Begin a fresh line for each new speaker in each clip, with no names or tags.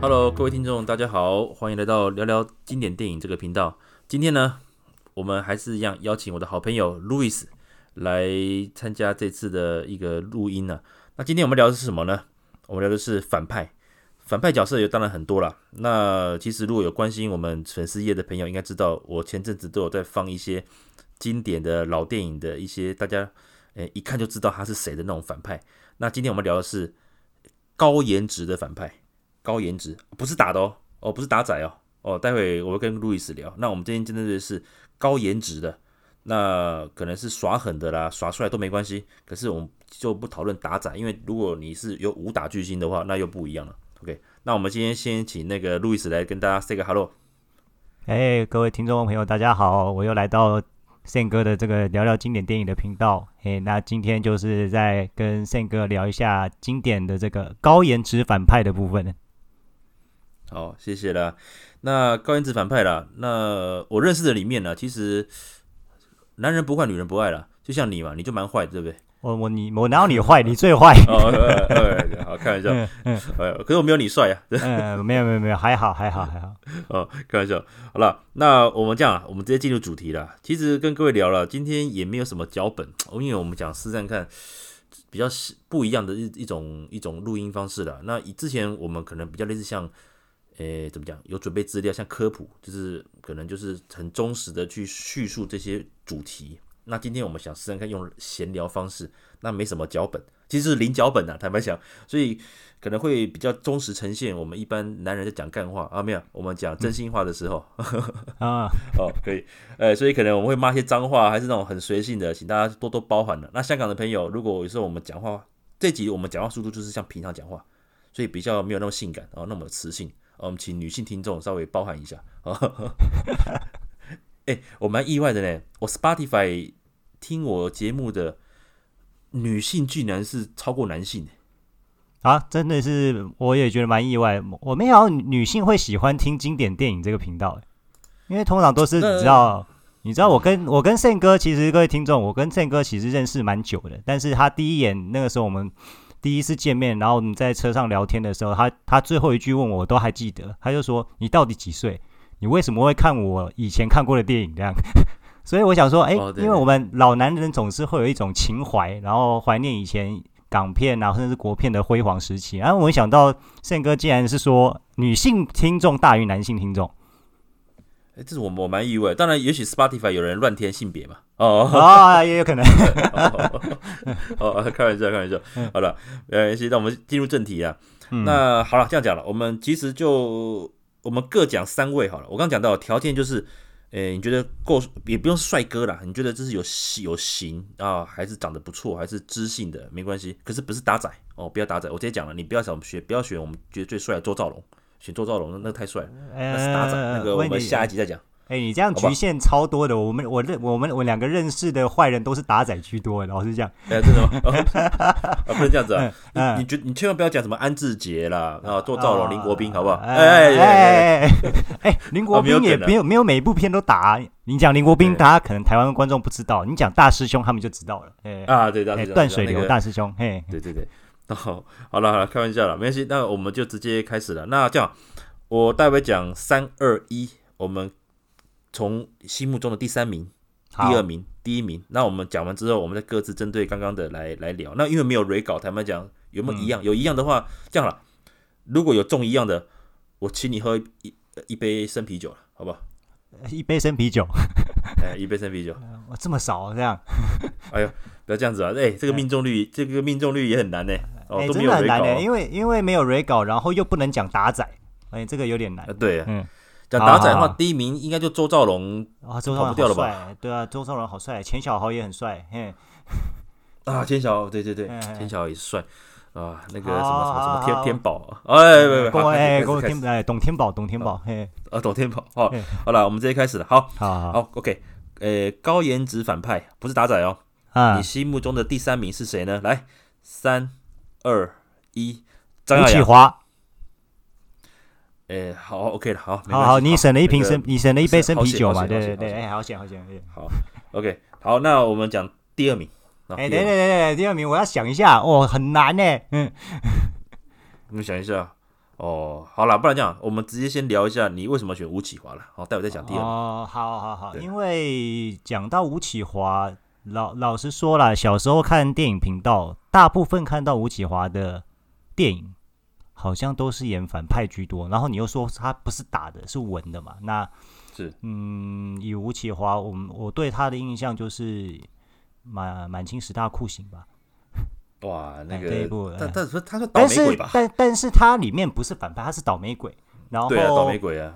Hello，各位听众，大家好，欢迎来到聊聊经典电影这个频道。今天呢，我们还是一样邀请我的好朋友 Louis 来参加这次的一个录音呢、啊那今天我们聊的是什么呢？我们聊的是反派，反派角色有当然很多啦。那其实如果有关心我们粉丝业的朋友，应该知道我前阵子都有在放一些经典的老电影的一些大家，呃，一看就知道他是谁的那种反派。那今天我们聊的是高颜值的反派。高颜值，不是打的哦，哦，不是打仔哦，哦，待会我会跟路易斯聊。那我们今天真的是高颜值的，那可能是耍狠的啦，耍帅都没关系。可是我们就不讨论打仔，因为如果你是有武打巨星的话，那又不一样了。OK，那我们今天先请那个路易斯来跟大家 say 个 hello。
哎，各位听众朋友，大家好，我又来到宪哥的这个聊聊经典电影的频道。哎，那今天就是在跟宪哥聊一下经典的这个高颜值反派的部分。
好，谢谢啦。那高颜值反派啦，那我认识的里面呢，其实男人不坏，女人不爱啦。就像你嘛，你就蛮坏的，对不对？
我我你我哪有你坏，你最坏。
哦，呃呃好，开玩笑，
嗯嗯
呃，可是我没有你帅啊，
嗯，没有没有没有，还好还好还好。
哦，开玩笑。好了，那我们这样啊，我们直接进入主题啦。其实跟各位聊了，今天也没有什么脚本，哦因为我们讲实战看比较是不一样的一一种一种录音方式啦。那以之前我们可能比较类似像，诶，怎么讲，有准备资料，像科普，就是可能就是很忠实的去叙述这些主题。那今天我们想试看看用闲聊方式，那没什么脚本，其实是零脚本啊，坦白讲，所以可能会比较忠实呈现我们一般男人在讲干话啊，没有，我们讲真心话的时候，
啊，
哦，可以，呃，所以可能我们会骂一些脏话，还是那种很随性的，请大家多多包涵了。那香港的朋友，如果有时候我们讲话，这集我们讲话速度就是像平常讲话，所以比较没有那么性感哦，那么有磁性哦，我们请女性听众稍微包涵一下哦。 哎、我蛮意外的呢，我 Spotify 听我节目的女性居然是超过男性的，
啊，真的是我也觉得蛮意外，我没想到女性会喜欢听经典电影这个频道，因为通常都是你知道，你知道我跟我跟宪哥，其实各位听众，我跟宪哥其实认识蛮久的，但是他第一眼那个时候我们第一次见面，然后我们在车上聊天的时候，他他最后一句问我，我都还记得，他就说你到底几岁？你为什么会看我以前看过的电影这样？ 所以我想说，哎、
哦对
因为
对
我们老男人总是会有一种情怀，然后怀念以前港片啊，甚至国片的辉煌时期。啊然后我没想到宪哥竟然是说女性听众大于男性听众
哎、这是我我蛮意外。当然，也许 Spotify 有人乱填性别嘛， 哦。
啊，也有可能。
哦，哦开玩笑，开玩笑。好了，呃没关系，那我们进入正题啊。
嗯
那好了，这样讲了，我们其实就我们各讲三位好了。我刚刚讲到条件就是，诶、你觉得够也不用是帅哥啦，你觉得这是有喜有型啊，还是长得不错，还是知性的，没关系。可是不是打仔哦，不要打仔，我直接讲了，你不要想学，不要选我们觉得最帅的周兆龙，选周兆龙那那太帅了，那是打仔，那个我
呃问
们
你
下一集再讲。
哎、你这样
好吧
局限超多的。我们我认我们我两个认识的坏人都是打仔居多，老实讲。
哎、真的吗？哦啊，不能这样子啊！
嗯哦
你你绝你千万不要讲什么安志杰啦，啊，做赵龙、林国斌，好不好？哎
哎
哎哎哎，
哎哎 哎，林国
啊
斌
没有
也
梗啊
没有没有每一部片都打。你讲林国
对
斌，大家可能台湾观众不知道；你讲大师兄，他们就知道了。哎、
啊，对的，
哎
对的
断水流，
那个
大师兄，嘿，
对对对。哦，好了好了，开玩笑了，没关系，那我们就直接开始了。那这样，我待会讲三二一，我们从心目中的第三名、
好
第二名、第一名。那我们讲完之后，我们再各自针对刚刚的来来聊。那因为没有 re 稿，坦白讲，有没有一样？有一样的话，这样了，如果有中一样的，我请你喝一一一杯生啤酒了，好不好？
一杯生啤酒，
哎，一杯生啤酒，
哇这么少、这样，
不要这样子啊！哎，这个命中率，这个命中率也很难呢。哦，
哎、
都没
真
有
的很
re
难
稿
的、
哦。
因为因为没有 re 稿，然后又不能讲打仔，哎、这个有点难
啊，。对啊
嗯，
讲打仔的
好
话
好，好
第一名应该就周兆龙
啊，周
跑
少龙
不掉
好
了吧
帅，对啊，周少龙好帅，钱小豪也很帅，嘿，
啊，天晓，对对对，
嗯嗯
天晓也是帅啊，那个什
好
么什么什
好
么天
好
天宝，哎，不不不，
郭
好
哎，
开始
郭
开始
天哎，董天宝，董天宝，嘿，
啊，董天宝，好
嗯，
好了，我们直接开始了，好，
好好
好，OK，呃，高颜值反派不是打仔哦，
啊
你，心目中的第三名是谁呢？来，三二一，张
吴
耀
启
扬，
华，
哎，好，OK 了，好，没
好
关
好，
系
你省了一瓶
那个
生，你省了一杯
是
生
好
啤
险
酒
好
嘛，
险好
对对
险
对，
好
哎，好险好险，好险
好，OK，好，那我们讲第二名。啊
哎，
第
等
二
等
名
等等，第二名我要想一下，哦，很难呢，嗯，
你们想一下，哦，好啦，不然这样，我们直接先聊一下你为什么选吴启华了。好，待会再讲第二名。
哦，好好好，
对
因为讲到吴启华，老老实说啦，小时候看电影频道，大部分看到吴启华的电影，好像都是演反派居多。然后你又说他不是打的，是文的嘛？那
是，
嗯，以吴启华，我们我对他的印象就是满满清十大酷刑吧。
哇，那
哎这一部
个，但
哎
但说他说倒
但
霉鬼
是
吧？
但但是他里面不是反派，他是倒霉鬼。然后
对啊，倒霉鬼啊，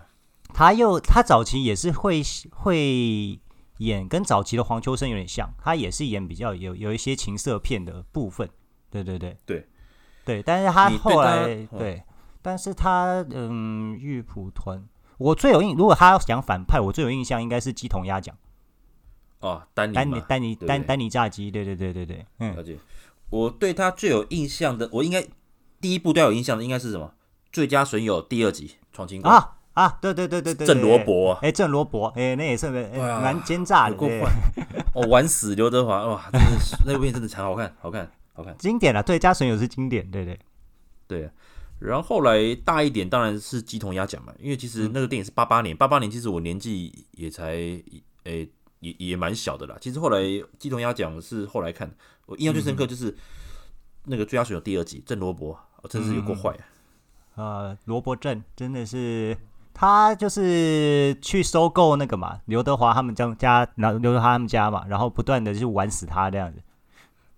他又他早期也是会会演，跟早期的黄秋生有点像，他也是演比较有有一些情色片的部分。对对对
对
对，但是他
你对
后来对
他嗯
但是他嗯，玉蒲团，我最有印，如果他要讲反派，我最有印象应该是鸡同鸭讲，
哦，丹尼
丹尼
嘛，
丹尼
对不
丹
对
丹尼炸鸡，对对对对对，嗯，
了解。我对他最有印象的，我应该第一部最有印象的应该是什么？最佳损友第二集《闯情关》
啊啊，对对对对对，对
郑罗，博啊，
哎，郑罗伯，哎，那也是蛮
哇
蛮奸诈的，
有够
对
坏，哦，玩死刘德华，哇，真的是那部片真的很好看，好看，好看。
经典了，啊对，加损友是经典，对对，
对，然后后来大一点当然是鸡同鸭讲嘛，因为其
嗯
实那个电影是八八年，八八年其实我年纪也才诶、也也蛮小的啦。其实后来鸡同鸭讲是后来看的，我印象最深
嗯
刻就是那个《最佳选手》第二集，郑罗伯，哦、真是有
嗯
够坏、啊。
呃，罗伯镇真的是他就是去收购那个嘛，刘德华他们家家，然后刘德华他们家嘛，然后不断的去玩死他这样子。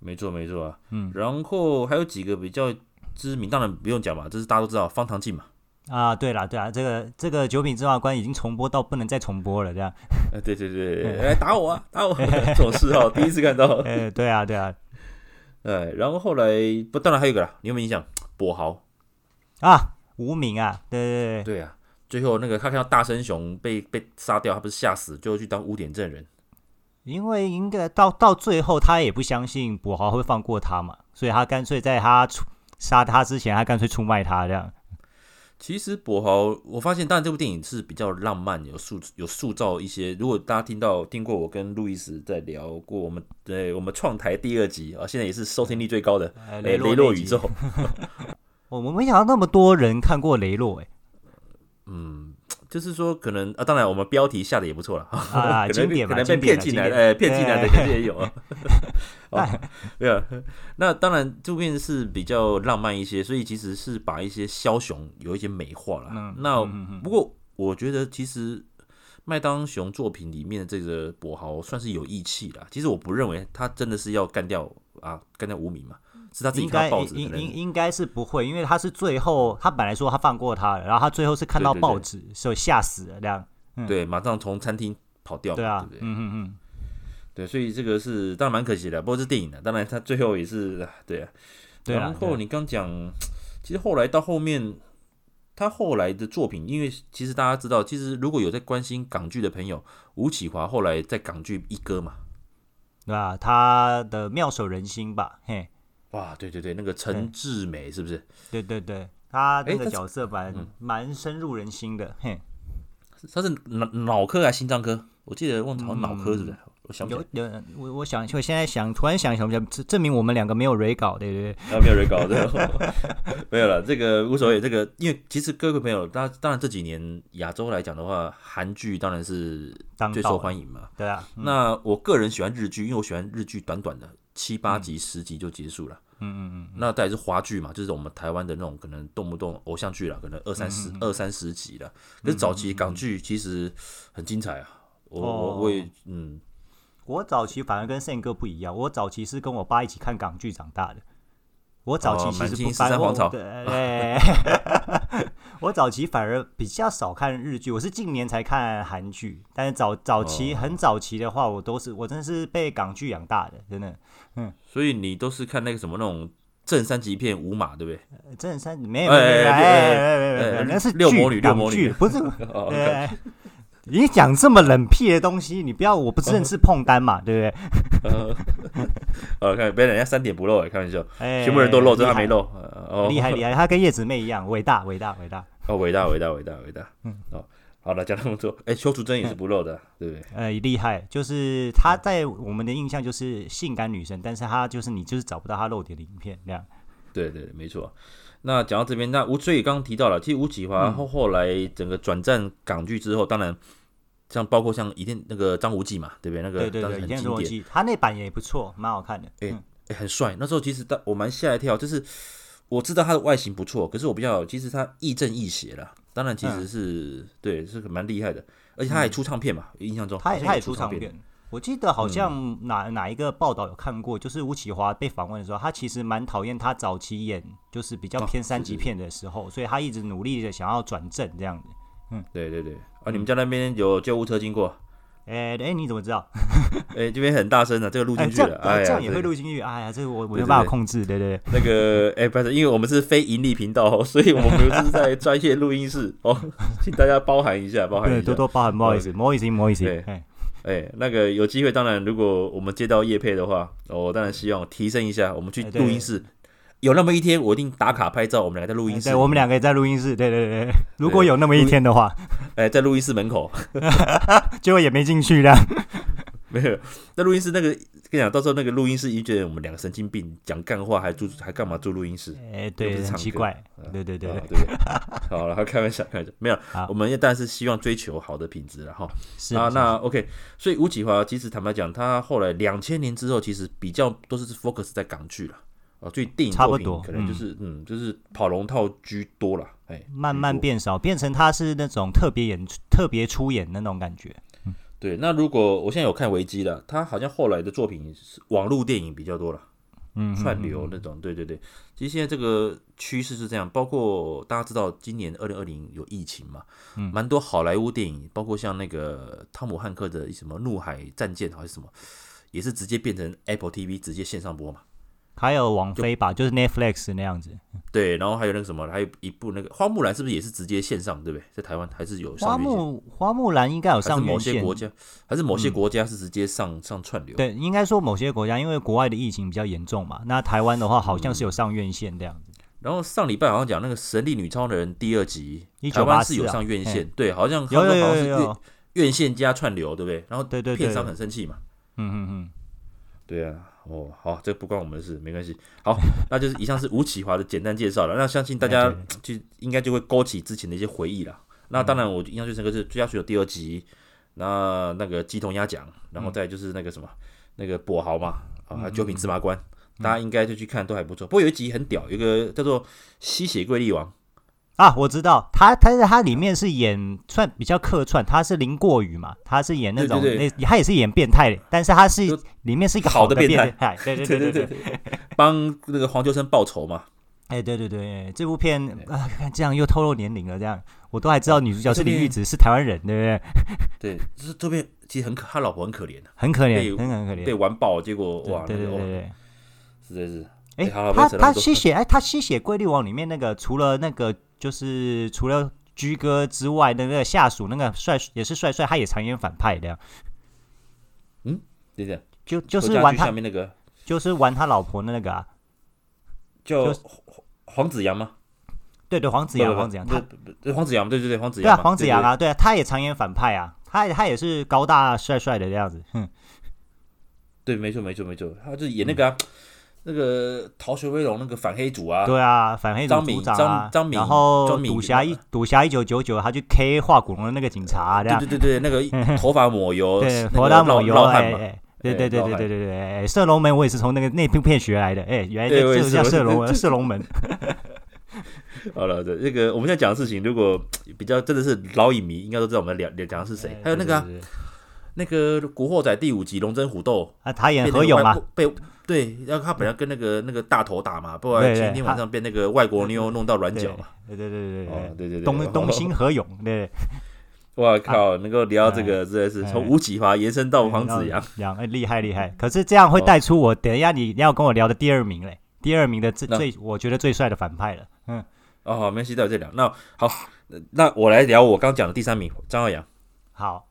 没错，没错啊。嗯，然后还有几个比较知名，当然不用讲嘛，这是大家都知道，方唐镜嘛。
啊，对啦，对啦，这个这个九品芝麻官已经重播到不能再重播了，这样。
哎，对对对，对来打我啊，打我！ 这种事哦，第一次看到。
呃，对啊，对啊，
哎，然后后来不，当然还有一个啦，你有没有印象？跛豪。
啊，无名啊，对对对，
对啊，最后那个他看到大生熊被被杀掉，他不是吓死，就去当污点证人。
因为应该到到最后他也不相信跛豪会放过他嘛，所以他干脆在他出杀他之前，他干脆出卖他这样。
其实跛豪，我发现，当然这部电影是比较浪漫，有塑有塑造一些。如果大家听到听过我跟路易斯在聊过我们对我们创台第二集啊，现在也是收听率最高的
呃，
雷
洛
哎雷洛
那
宇
集，
宙，
我我没想到那么多人看过雷洛、 欸，
嗯就是说可能啊，当然我们标题下的也不错了，
啊
可
经
能
典
可
嘛
能被
经典
骗
嘛
进
经
来的，
典
哎，骗进来的
哎
肯定也 有啊。哦，对啊，那当然这部片是比较浪漫一些，所以其实是把一些枭雄有一些美化了。
嗯
那、
嗯嗯嗯
不过我觉得其实麦当雄作品里面的这个跛豪算是有义气啦。其实我不认为他真的是要干掉啊，干掉无名嘛，是他自己
应
看
该
到报纸可
应应
能。
应该是不会，因为他是最后，他本来说他放过他了，然后他最后是看到
对对对
报纸，所以吓死了这样。
对，马上从餐厅跑掉嘛，
对啊
不，对？
嗯嗯嗯，
对，所以这个是当然蛮可惜的，不过是电影的，啊当然他最后也是啊对啊。
对啊
然
对
后
啊
你刚讲，其实后来到后面，他后来的作品，因为其实大家知道，其实如果有在关心港剧的朋友，吴启华后来在港剧一哥嘛，
对吧？他的妙手仁心吧，嘿，
哇，对对对，那个陈志美是不是？
对对对，他
哎
那
但是
个角色蛮蛮深入人心的，嘿，
他是脑脑科还是心脏科？我记得忘了，好像脑科是不是？我想不起
嗯有
来，
有我我想我现在想突然想想想，证证明我们两个没有 re 稿，对对对，
啊，没有人搞的， 没有了，这个无所谓。这个因为其实各位朋友，大当然这几年亚洲来讲的话，韩剧当然是
当
最
道
受
嗯了
欢迎嘛。
对啊，
那我个人喜欢日剧，因为我喜欢日剧短短的七
嗯
八集、十集就结束了。嗯嗯嗯。那再来是华剧嘛，就是我们台湾的那种可能动不动偶像剧了，可能二三十、
嗯
二三十集了。可是早期港剧其实很精彩啊，我我
哦
我也嗯，
我早期反而跟宪哥不一样，我早期是跟我爸一起看港剧长大的。我早期
哦
其
满
实
清
不
十
翻
三
我
皇朝
对，哎 我早期反而比较少看日剧，我是近年才看韩剧，但是早早期、很早期的话，我都是我真是被港剧养大的，真的。
所以你都是看那个什么那种正三级片五马，对不对？
呃真的三没有
哎哎
没有没有
哎
哎
哎
哎
哎
哎
哎
哎那是
六
剧
魔女六
港
魔女
剧 不是。
哦
对你讲这么冷僻的东西，你不要我不认识碰丹嘛，对不
呃，呃，看别人家三点不欸漏，开玩笑，
对？哎
全部人都漏，就
厉
他
害
没漏。呃哦，
厉害厉害，他跟叶子妹一样伟大伟大伟大。
哦，伟大，伟大，伟大，伟大。嗯，哦，好了，讲那么多，哎，邱淑贞也是不漏的，啊对不对？
呃，厉害，就是
嗯
她在我们的印象就是性感女神，但是她就是你就是找不到她露点的影片这样。
对对，没错。那讲到这边，那吴所以刚刚提到了，其实吴启
嗯
华后后来整个转战港剧之后，当然像包括像一定那个张无忌嘛，对不对？那个
对对
当时
对，
很
以前
经
的逻
典，
辑，他那版也不错，蛮好看的。
哎
嗯
欸很帅。那时候其实大我蛮吓一跳，就是我知道他的外形不错，可是我比较其实他亦正亦邪啦。当然，其
嗯
实是、对是蛮厉害的，而且他还出唱片嘛，印象中
他
好
也
像
他也
出
出嗯唱
片。
片，我记得好像哪、哪一个报道有看过，就是吴启华被访问的时候，他其实蛮讨厌他早期演就是比较
哦
偏三
是
级
是
片的时候，所以他一直努力的想要转正这样子。
对对对，啊，
嗯
你们家那边有救护车经过？
哎、哎、你怎么知道？
哎、这边很大声的，这个录
哎、
进去
这
了。
样、
哎呀，
这样也会
对
录进去。哎呀，这个我我没
对
有
对
办法
对
控制，对对对。
那个，哎、不是，因为我们是非盈利频道哦， 所以我们不是在专业录音室哦，请大家包涵一下，包含一
对，
下。
多多包涵，不好意思，不好意思，不好意思
对。
哎，
哎、那个有机会，当然如果我们接到业配的话，哦我当然希望提升一下，我们去
哎对
录音室。有那么一天，我一定打卡拍照，我们俩在录音室，
哎对，我们两个也在录音室。对对对对，如果有那么一
录音
天的话，
哎、在录音室门口，
结果也没进去的。
没有在录音室那个，跟你讲，到时候那个录音室一觉得我们两个神经病，讲干话还住还干嘛住录音室？
哎，
又
对，
不是
很
唱
奇
歌
怪。对对对
啊
对，
对不对？好了，开玩笑，开玩笑，没有
好，
我们也但是希望追求好的品质了哈。
是
啊，
是
那 OK，所以吴启华其实坦白讲，他后来两千年之后，其实比较都是 focus 在港剧了。啊，所以电影
差
作
不
品
多
可能就是嗯就是跑龙套居多了，哎，
慢慢
居多。
变少，变成他是那种特别演出、特别出演的那种感觉。
对，那如果我现在有看维基了，他好像后来的作品是网络电影比较多了，
嗯，
串流那种，对对对。其实现在这个趋势是这样，包括大家知道今年二零二零有疫情嘛，嗯，蛮多好莱坞电影，包括像那个汤姆汉克的什么《怒海战舰》还是什么，也是直接变成 Apple TV 直接线上播嘛。
还有王菲吧，就是 Netflix 那样子。
对，然后还有那个什么，还有一部那个《花木兰》，是不是也是直接线上，对不对？在台湾还是有
花
上院线，
木花木兰应该有
还
上
是某
院
些
线，嗯
国家，还是某些国家是直接上、上串流。
对，应该说某些国家，因为国外的疫情比较严重嘛，那台湾的话好像是有上院线这样子。
然后上礼拜好像讲那个《神力女超人》第二集，
1984
台湾是有
啊
上院
嘿
线，对，好像他
有有
们好像
有
是院
有有，
院线加串流，对不对？然后
对对
片
对，
商
嗯
很生气嘛。
嗯嗯，
对啊，哦，好，这不关我们的事，没关系。好， 那就是以上是吴启华的简单介绍了。那相信大家
哎
就应该就会勾起之前的一些回忆了。那当然，我印象最深刻是《最佳选手》第二集，那那个鸡同鸭讲，然
嗯
后再就是那个什么，那个跛豪嘛，啊，还有九品芝麻官，
嗯
大家应该就去看，都还不错。不过有一集很屌，有一个叫做《吸血鬼力王》，
啊，我知道，他他在他里面是演算比较客串，他是林过宇嘛，他是演那
对
种
对对
那他也是演变态的，但是他是
就
里面是一个
好的变
变态，哎对对对对，
对， 帮那个黄秋生报仇嘛。
哎对对对，这部片
哎
啊，看这样又透露年龄了，这样我都还知道女主角是
这边
李玉子，是台湾人，对不对？
对，就是这边其实很可，他老婆很可怜的，
很可
被
怜，很很可怜，
被完爆，结果哇，
对对
那个
对
哇
对对。
实在是。
哎、
哎好了不要
他
扯到
他
这么
吸
多
血哎，他吸血规律网里面那个，除了那个就是除了居哥之外，那个下属那个帅也是帅帅，他也常演反派的，
对对，
就就
侯
是
家
玩
驹
他
下面那个
就是玩他老婆的那个啊，
叫
就是
黄黄子阳吗？
对对，黄子阳
不
黄子阳，
不
他
不不黄子阳，对对对，黄子
对啊
阳嘛，
黄子阳
对，
啊，对啊，他也常演反派啊，他他也是高大帅帅的这样子，哼，
对，对没错没错没错，他就演那个啊那个《逃学威龙》那个反黑组啊，
对啊，反黑组
张敏
组长啊
张，张敏
然后
张敏
赌侠一赌侠一九九九，他去 K 化古龙的那个警察啊、这样，
对对对对，那 个头发抹油，
对，
那
佛
个
当
绕
抹油，
绕
哎
汗嘛，
哎，对
哎
对对对
绕
对
汉
对对对，哎射龙门我也是从那个那部片学来的，哎，原来
对我
这
也
这
是
叫
我
射
是
龙门，射龙门，哎
好了，对，那个我们现在讲的事情，如果比较真的是老影迷，应该都知道我们聊聊讲的是谁
哎。
还有那个啊
对对对对
那个《古惑仔》第五集《龙争虎斗》，
啊，他演
被那
何
个
勇
外
啊，
国被对，然后他本来跟那个那个大头打嘛，不然
对对
前一天晚上被那个外国妞弄到软脚嘛。
对对对对
哦对
对，
对对，
对，东 东兴啊何勇，对，
我靠，能够聊到这个真的是
哎
从吴启华延伸到黄子阳，
杨，哎，厉害厉害，可是这样会带出我等一下你要跟我聊的第二名嘞，第二名的最
那
最我觉得最帅的反派了，嗯，
哦，好没关系，到这聊。那好，那我来聊我刚讲的第三名张耀扬。
好，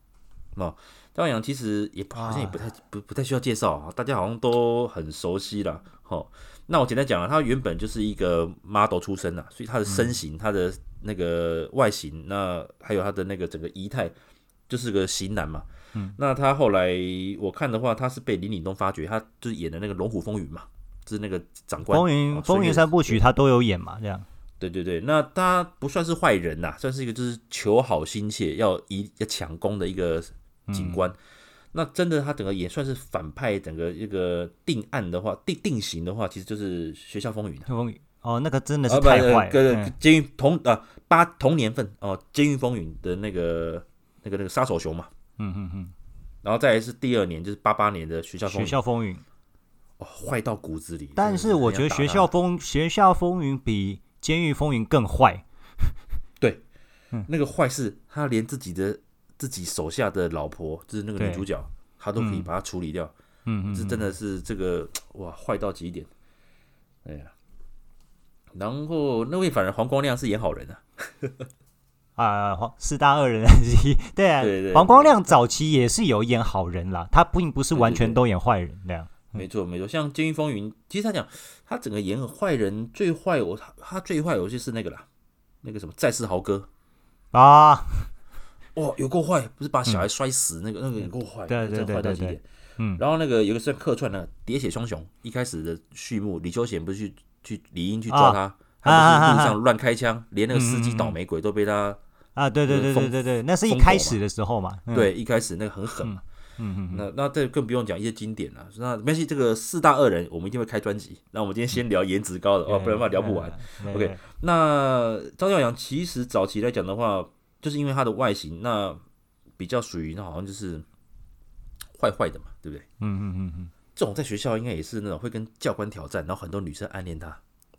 张耀扬其实也不好像也不太不不太需要介绍啊，大家好像都很熟悉了。哦，那我简单讲啊，他原本就是一个 model 出身啊，所以他的身形、他的那个外形，那还有他的那个整个仪态，就是个型男嘛。嗯，那他后来我看的话，他是被林岭东发掘，他就是演的那个《龙虎风云》嘛。是那个长官。
风云
哦
风云三部曲，他都有演嘛，这样。
对对对，那他不算是坏人呐、算是一个就是求好心切，要一要抢功的一个警官。
嗯
那真的，他整个也算是反派，整个一个定案的话，定定型的话，其实就是《学校风云》啊。
风云哦，那个真的
啊
是
不
太坏了。
跟
嗯
监狱同啊八同年份哦，《监狱风云》的那个那个那个杀手熊嘛。
嗯嗯嗯，
然后再来是第二年，就是八八年的《学校风
学
云》，
校风云。
哦，坏到骨子里。
但是
真的
我
很
觉得
想
学
打
校
他
风学校风云比监狱风云更坏。
那个坏事，他连自己的自己手下的老婆，就是那个女
对
主角，他都可以把她处理掉。
嗯嗯
这真的是这个哇，坏到极点。哎呀，然后那位反而黄光亮是演好人啊，
啊，黄四大恶人之一。 对啊，
对对
黄光亮早期也是有演好人啦，他并不是
对对
完
对
全都演坏人那样。
没错没错。像《监狱风云》，其实他讲他整个演个坏人，最坏我他他最坏我就是那个啦，那个什么再世豪哥，
啊，
哇，有够坏，不是把小孩摔死、那个那个有够坏，
嗯对对
真的坏到极
对对
点。
嗯
然后那个有个是客串的《喋血双雄》，一开始的序幕，李修贤不是去去李英去抓他，他
啊
不是路上乱开枪，连
嗯
那个司机倒霉鬼都被他
啊，对对
就
对
是
对
疯
对对，那是一
疯狗
开
嘛
始的时候嘛。嗯，
对，一开始那个很狠嘛。嗯嗯，那那这更不用讲一些经典了。那没关系，这个四大恶人我们一定会开专辑。那我们今天先聊颜值高
嗯
的哦，不然的话聊不完。
对。
OK
对
那张耀扬其实早期来讲的话，就是因为他的外形，那比较属于那好像就是坏坏的嘛，对不对？
嗯嗯嗯嗯，
这种在学校应该也是那种会跟教官挑战，然后很多女生暗恋他，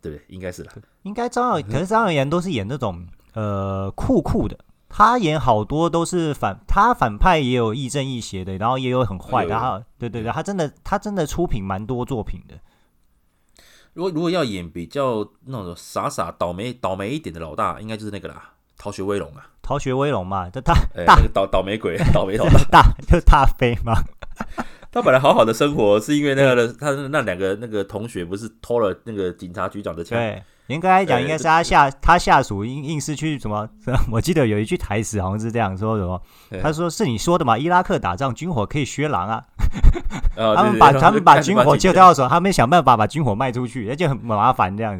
对不对？应该是啦。
应该张
嗯
耀，可是张耀扬都是演那种呃酷酷的。他演好多都是反，他反派也有亦正亦邪的，然后也有很坏的，
有有
他对对对，他真的他真的出品蛮多作品的。
如果如果要演比较那种傻傻倒霉倒霉一点的老大，应该就是那个啦，逃学威龙啊，
逃学威龙嘛，就他
哎、
大
那个倒倒霉鬼， 倒霉老大。
大就大飞 嘛，
他本来好好的生活，是因为那个他那两个那个同学不是偷了那个警察局长的枪？
对，严格来讲，
对
应该是他下他下属硬硬是去什么？ 我记得有一句台词好像是这样说什么
对，
他说是你说的嘛，伊拉克打仗军火可以削狼啊，
啊
他
对
们
对
把
对
他 们把
就
军火借到手，他们想办法把军火卖出去，那就很麻烦这样。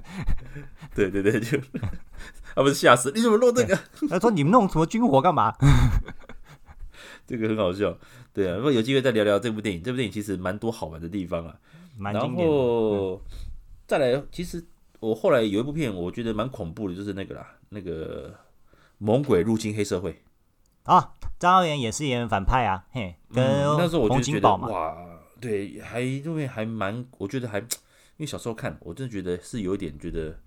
对对对，就 他不是吓死？你怎么弄这个？
他说你们弄什么军火干嘛？
这个很好笑。对啊，如果有机会再聊聊这部电影，这部电影其实蛮多好玩的地方啊。
蛮
然
经典的。嗯
后再来，其实我后来有一部片，我觉得蛮恐怖的，就是那个啦，那个猛鬼入侵黑社会。
啊，张耀扬也是演反派啊，嘿，跟
嗯、那时候我就
洪
觉
金
得
宝嘛，
哇，对，还因为还蛮，我觉得还因为小时候看，我真的觉得是有一点觉得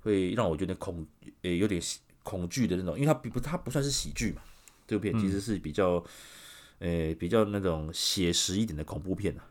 会让我觉得恐，呃、有点喜恐惧的那种，因为它并不它不算是喜剧嘛，这部片
嗯
其实是比较，呃、比较那种写实一点的恐怖片啊。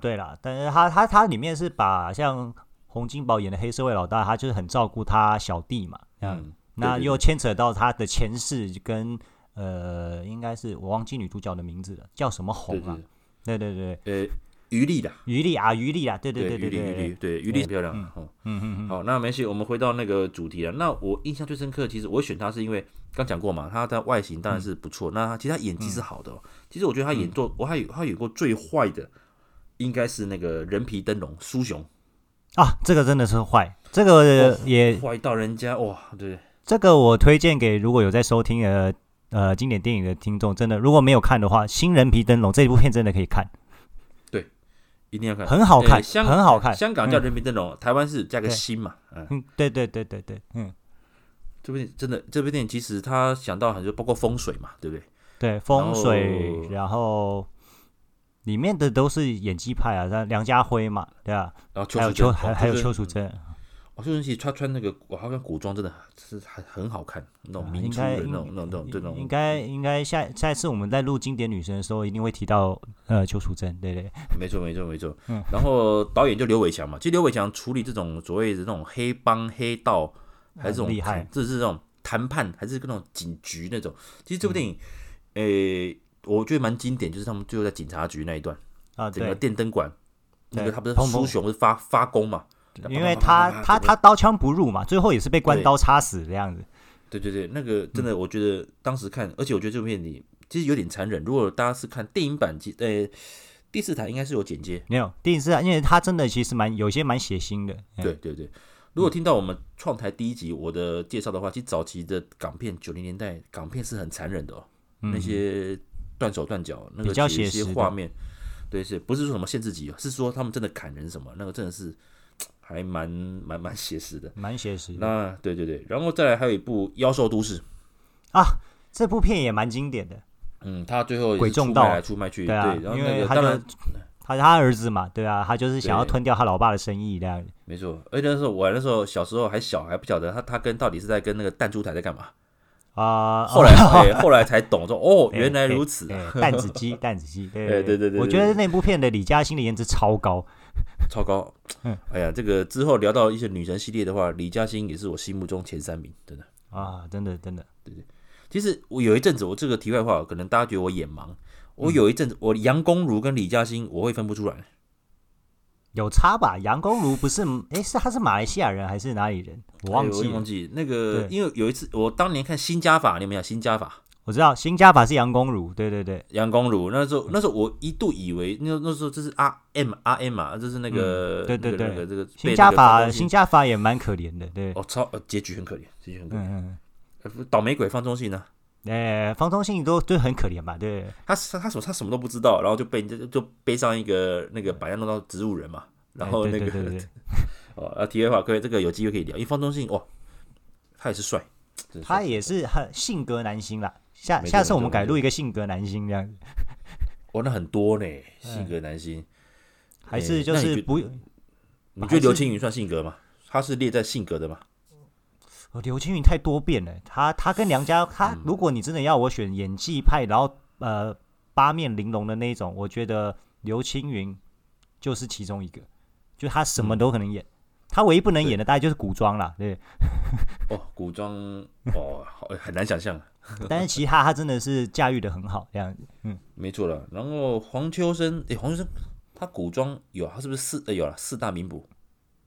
对啦，但是他他他里面是把像洪金宝演的黑社会老大，他就是很照顾他小弟嘛，嗯，
嗯，
那
对对
又牵扯到他的前世跟呃，应该是我忘记女主角的名字了，叫什么红
对
啊
对？
对对对，
对，呃，余力的，
于丽啊，于丽啊，对对
余
对
力余力
对，
对余力很漂亮啊。哦
嗯嗯嗯，
好，那没事，我们回到那个主题了。那我印象最深刻，其实我选他是因为刚讲过嘛，他的外形当然是不错，那他其实他演技是好的、哦。其实我觉得他演做，我还有他演过最坏的，应该是那个人皮灯笼苏雄，
啊，这个真的是坏，这个
哦
也
坏到人家哇，对，
这个我推荐给如果有在收听呃呃经典电影的听众，真的如果没有看的话，《新人皮灯笼》这一部片真的可以看，
一定要看，
很好看，
哎香
很好看。
香港叫人皮灯笼，台湾是加个
对
新嘛，嗯，
嗯，对对对对对，嗯，
这部电影真的这部电影其实他想到很多，包括风水嘛，对不对？
对，风
然
水，
后
然后里面的都是演技派啊，像梁家辉嘛，对吧、
然后邱
还有
淑贞
邱，还
哦
还有
贞
邱淑贞，
哦，邱淑贞其实她穿那个，哇，她穿古装真的是很很好看，那种
啊
民
应
族
该
的那
应
种、那种、那种、嗯这种
应该应该下下一次我们在录经典女神的时候，一定会提到呃邱淑贞，对对，
没错，没错，没错。
嗯
然后导演就刘伟强嘛，其实刘伟强处理这种所谓的那种黑帮、黑道，还是这
很
种
厉害
谈，这是这种谈判，还是那种警局那种。其
嗯
实这部电影，诶、我觉得蛮经典，就是他们最后在警察局那一段，
啊
整个
对，
电灯管，那个
对
他不是
砰砰
苏雄不是发发功嘛？
因为他他他刀枪不入嘛，最后也是被关
对
刀插死这样子，
对对对，那个真
嗯
的，我觉得当时看，而且我觉得这部片里其实有点残忍。如果大家是看电影版，其呃，第四台应该是有简介。
没有第一次啊，因为他真的其实蛮有些蛮血腥的。哎
对，对对，如果听到我们创台第一集我的介绍的话，其实早期的港片，九零年代港片是很残忍的哦，那些断手断脚，那个
嗯比较
有一
写
些
实的
画面，对，是不是说什么限制级哦，是说他们真的砍人什么，那个真的是还蛮蛮蛮写实的。
嗯蛮写实的。
那对对对，然后再来还有一部《妖兽都市》，
啊这部片也蛮经典的，
嗯，他最后也
鬼
是
众
出
道
卖来出卖去，
对啊，
然后
因
那
为
个
他
当然
就他他儿子嘛，对啊，他就是想要
对
吞掉他老爸的生意这样。
没错，而且那时候我那时候小时候还小，还不晓得他他跟到底是在跟那个弹珠台在干嘛。
啊、
后 来、哎后来才懂说，哦，
哎
原来如此，
哎哎弹子 鸡，弹子鸡，对
哎对对对
我
对
觉
对
得那部片的李嘉欣的颜值超高，
超高
嗯。
哎呀，这个之后聊到一些女神系列的话，李嘉欣也是我心目中前三名，真的。
啊，真的真的，
其实我有一阵子，我这个题外话，可能大家觉得我眼
嗯
盲，我有一阵子我杨恭如跟李嘉欣我会分不出来，
有差吧？杨恭如不是，哎，是他是马来西亚人还是哪里人？我忘
哎
记
我
了
忘，记那个
对，
因为有一次我当年看《新加法》，你有没有《新加法》？
我知道新加法是杨恭如，对对对，
杨恭如那时候，那时候我一度以为那那时候这是 R M R M 嘛，这是那个、
嗯对对对
那个那个这个
新加法新
新
加法也蛮可怜的，对，
哦超呃结局很可怜，结局很可怜，
嗯
呃倒霉鬼方中信呢、
嗯，哎，方中信都都很可怜嘛，对，
他他他什么他什么都不知道，然后就被人家就就背上一个那个把人家弄到植物人嘛，然后
哎
那
对
个、
对对对
哦啊题外话，各位这个有机会可以聊，因为方中信哦他也是帅，真的帅
他也是很性格男星啦。下
没错
下次我
没
们
错
改
没
录一个性格男星这样子，
哦那很多呢，
哎
性格男星，
还是
哎
就
那你
是
觉
不
你
还
觉得
是
刘青云算性格吗？他是列在性格的吗？
哦，刘青云太多变了，他他跟梁家，他、
嗯
如果你真的要我选演技派，然后呃八面玲珑的那一种，我觉得刘青云就是其中一个，就他什
嗯
么都可能演，他唯一不能演的大概就是古装啦，对。
哦，古装哦，好很难想象。
但是其他他真的是驾驭的很好，这样子。
没错了。然后黄秋生，诶，黄秋生他古装有，他是不是四、呃、有了四大名捕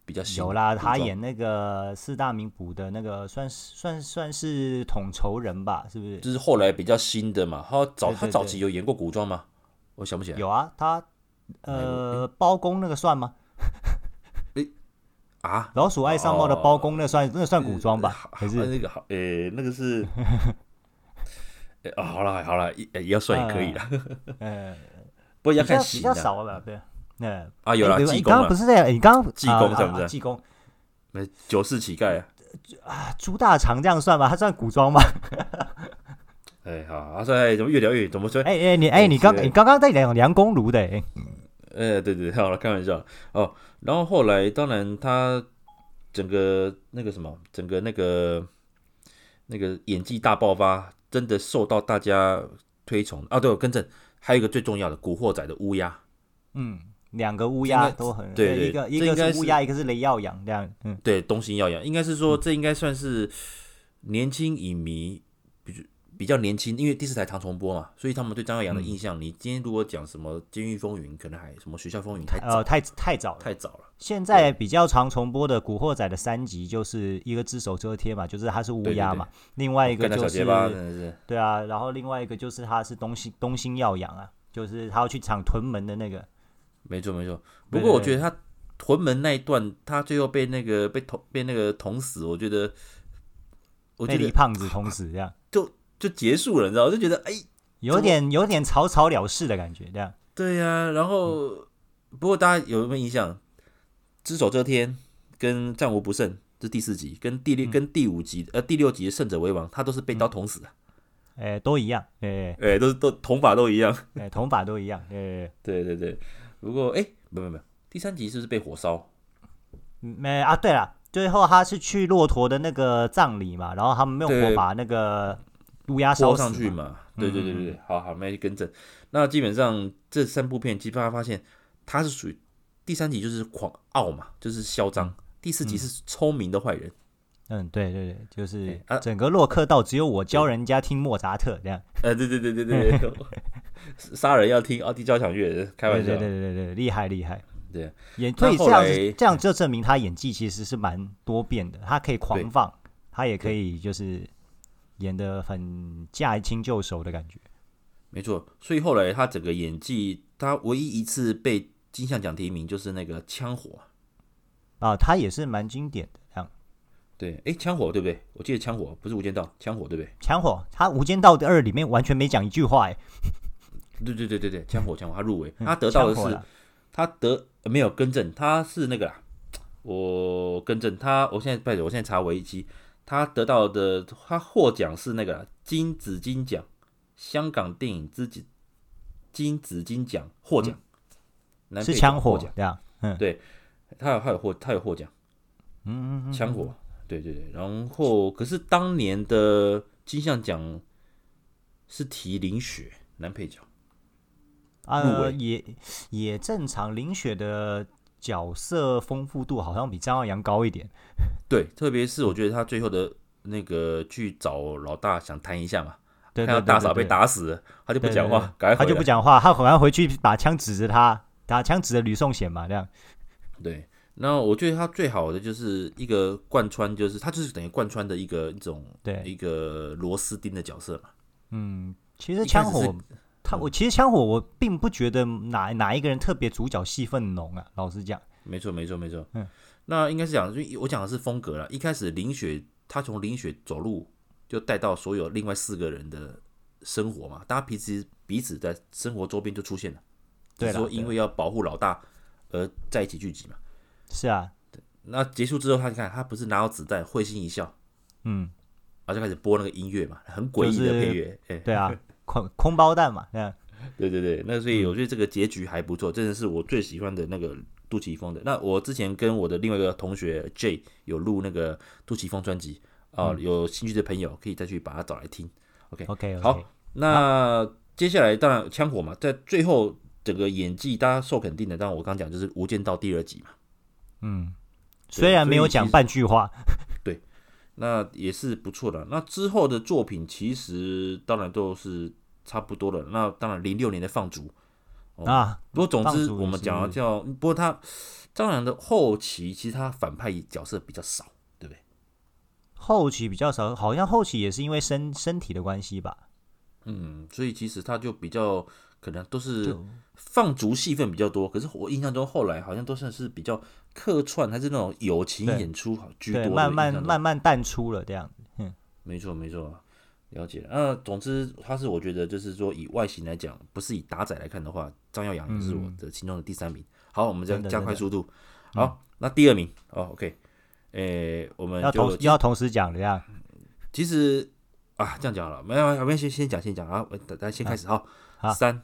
比较新
有啦，
古
他
装
演那个四大名捕的那个算是算算是统筹人吧，是不是？
就是后来比较新的嘛。他早
对对
他
对
早期有演过古装吗？我想不起来。
有啊，他
哎
呃包公那个算
哦
吗？
啊，
老鼠爱上猫的包公那算那算古装吧？
好
还
呃
是
那个好，诶、那个是。诶啊，好了好了，也也要算也可以了，
呃。
不过要
比较
看
比
型
较
的
少了，对。那
啊，有了
哎
济
你
公
刚刚
了
不，是在你刚刚
济公
啊
算不
啊
算
济公
那九世乞丐啊，
啊，朱大肠这样算吗？他算 古装吗？
哎好，啊，帅，怎么越聊越远怎么说？
哎哎，你哎，你刚
是
你刚刚在讲梁公炉的，哎，
呃，对对，好了，开玩笑哦。然后后来，当然他整个那个什么，整个那个那个演技大爆发，真的受到大家推崇啊。对，我更正，还有一个最重要的《古惑仔》的乌鸦，
嗯，两个乌鸦
这应该
都很
对对
一个
这
一
应该
个
是
是乌鸦，一个是雷耀阳这样，嗯，
对，东星耀阳，应该是说这应该算是年轻影迷比比较年轻，因为第四台常重播嘛，所以他们对张耀扬
嗯
的印象，你今天如果讲什么《监狱风云》，可能还什么《学校风云》太早、
呃，太太早了。
太早了。
现在比较常重播的《古惑仔》的三集就是一个只手遮天嘛，就是他是乌
对对
鸦
对
嘛，另外一
干
个
掉
就
小
是
结巴真的是。
对啊，然后另外一个就是他是东兴东兴耀阳啊，就是他要去抢屯门的那个，
没错没错，不
对
过我
对
觉得他屯门那一段，他最后被那个被捅被那个捅死，我觉得，我
被
觉
李
得
胖子捅死 这样。
就结束了，你知道？我就觉得哎，
有点有点草草了事的感觉，这样。
对呀、然后、不过大家有没有印象，《只手遮天》跟《战无不胜》这第四集，跟第六、跟第五集呃第六集的《胜者为王》，他都是被刀捅死的，
哎、都一样，哎、
哎、都是都捅法都一样。
哎、同法都一样，哎、
对对对，不过哎，没有没有，第三集是不是被火烧？
嗯哎、啊，对了，最后他是去骆驼的那个葬礼嘛，然后他们用火
对
把那个乌鸦烧
泼
死
上去
嘛，嗯
嘛。对对对对对，好好，没更正。那基本上这三部片，基本上发现它是属于第三集就是狂傲嘛，就是嚣张；第四集是聪明的坏人。
嗯，对对对，就是
哎啊
整个洛克道只有我教人家听莫扎特这样，
呃，对对对对对， 对杀人要听奥哦地交响乐，开玩
对
笑
对对。对对，对厉害厉害，
对
演
那
所以
后
这样
来哎
子这样就证明他演技其实是蛮多变的，他可以
对
狂放，他也可以就是演的很驾轻就熟的感觉，
没错。所以后来他整个演技他唯一一次被金像奖提名就是那个《枪火》。
啊，它也是蛮经典的。这样，
对，诶，枪火对不对？我记得枪火不是《无间道》，枪火对不对？
枪火，它《无间道》二里面完全没讲一句话，哎，
对对对对对，枪火枪火，他入围，
嗯
他得到的
枪火
是
啦
他得呃没有更正，他是那个啦，我更正他，我现在不好意思我现在查维基，他得到的他获奖是那个啦金紫金奖，香港电影之金金紫金奖获奖，男
嗯是
配角
枪
获
火
奖，，
这样，嗯
对他有他有获他有获奖，
嗯嗯嗯，
枪火，对对对，然后可是当年的金像奖是提林雪男配角。入
啊，
围
也也正常。林雪的角色丰富度好像比张耀扬高一点，
对，特别是我觉得他最后的那个去找老大想谈一下嘛，
对
看
对
到
对
大
对
嫂被
对
打死了，他就不
对
讲
对
话，赶快
他
回
就
来
不讲话，他好像回去把枪指着他，打枪指着吕颂贤嘛，这样。
对，然后我觉得他最好的就是一个贯穿，就是他就是等于贯穿的一个一种
对，
一个螺丝钉的角色嘛。
嗯，其
一
实
开
枪
始
火
是，嗯
他我其实枪火我并不觉得哪哪一个人特别主角戏份浓啊，老实讲，
没错，没错，没错。
嗯，
那应该是讲，就我讲的是风格啦。一开始林雪，她从林雪走路就带到所有另外四个人的生活嘛，大家彼此彼此在生活周边就出现了。
对啦
就是说
对
因
啦
为要保护老大而在一起聚集嘛。
是啊，
那结束之后，他你看，他不是拿到子弹，会心一笑，
嗯，
然后就开始播那个音乐嘛，很诡异的配乐。哎、
对啊，空空包弹嘛，嗯，
对对对，那所以我觉得这个结局还不错，真的是我最喜欢的那个杜琪峰的。那我之前跟我的另外一个同学 J 有录那个杜琪峰专辑啊、有兴趣的朋友可以再去把它找来听。
OK，
好，那接下来当然枪火嘛，在最后整个演技大家受肯定的，当然我刚讲就是《无间道》第二集嘛，
嗯，虽然没有
所以其
讲
实
半句话，
那也是不错的。那之后的作品其实当然都是差不多了。那当然零六年的放逐，哦
啊，
不过总
放
之
逐嗯
我们
是
讲到叫，不过他张扬的后期其实他反派角色比较少，
后期比较少，好像后期也是因为身身体的关系吧，
嗯，所以其实他就比较可能都是
就
放逐戏份比较多。可是我印象中后来好像都算是比较客串，还是那种友情
对
演出好居多
对，
的。
慢
印
慢
象中
慢慢淡出了这样子，嗯，
没错，没错，了解了。那总之，他是我觉得就是说，以外形来讲，不是以打仔来看的话，张耀扬也是我的心中的第三名。好，我们再
真的
加
真
快
的
速度。好，那第二名哦，OK，诶、我们
要
嗯就
同要同时讲的这样，
其实啊，这样讲好了，没有，没有，先先讲，先讲啊，我大家先开始哈，
好
三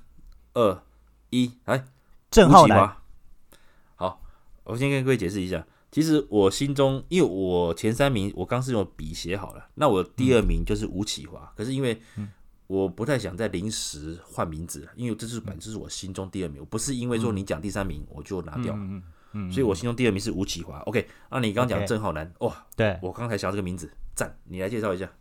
二一，来，
郑
吴
浩
启
南
华。好，我先跟各位解释一下，其实我心中，因为我前三名我刚是用笔写好了，那我第二名就是吴启
嗯
华，可是因为我不太想再临时换名字，因为这是
嗯
本这是我心中第二名，我不是因为说你讲第三名我就拿掉，
嗯嗯嗯，
所以我心中第二名是吴启华。OK，那你刚刚讲
OK
郑浩南，哇，
对，
我刚才想到这个名字，赞，你来介绍一下。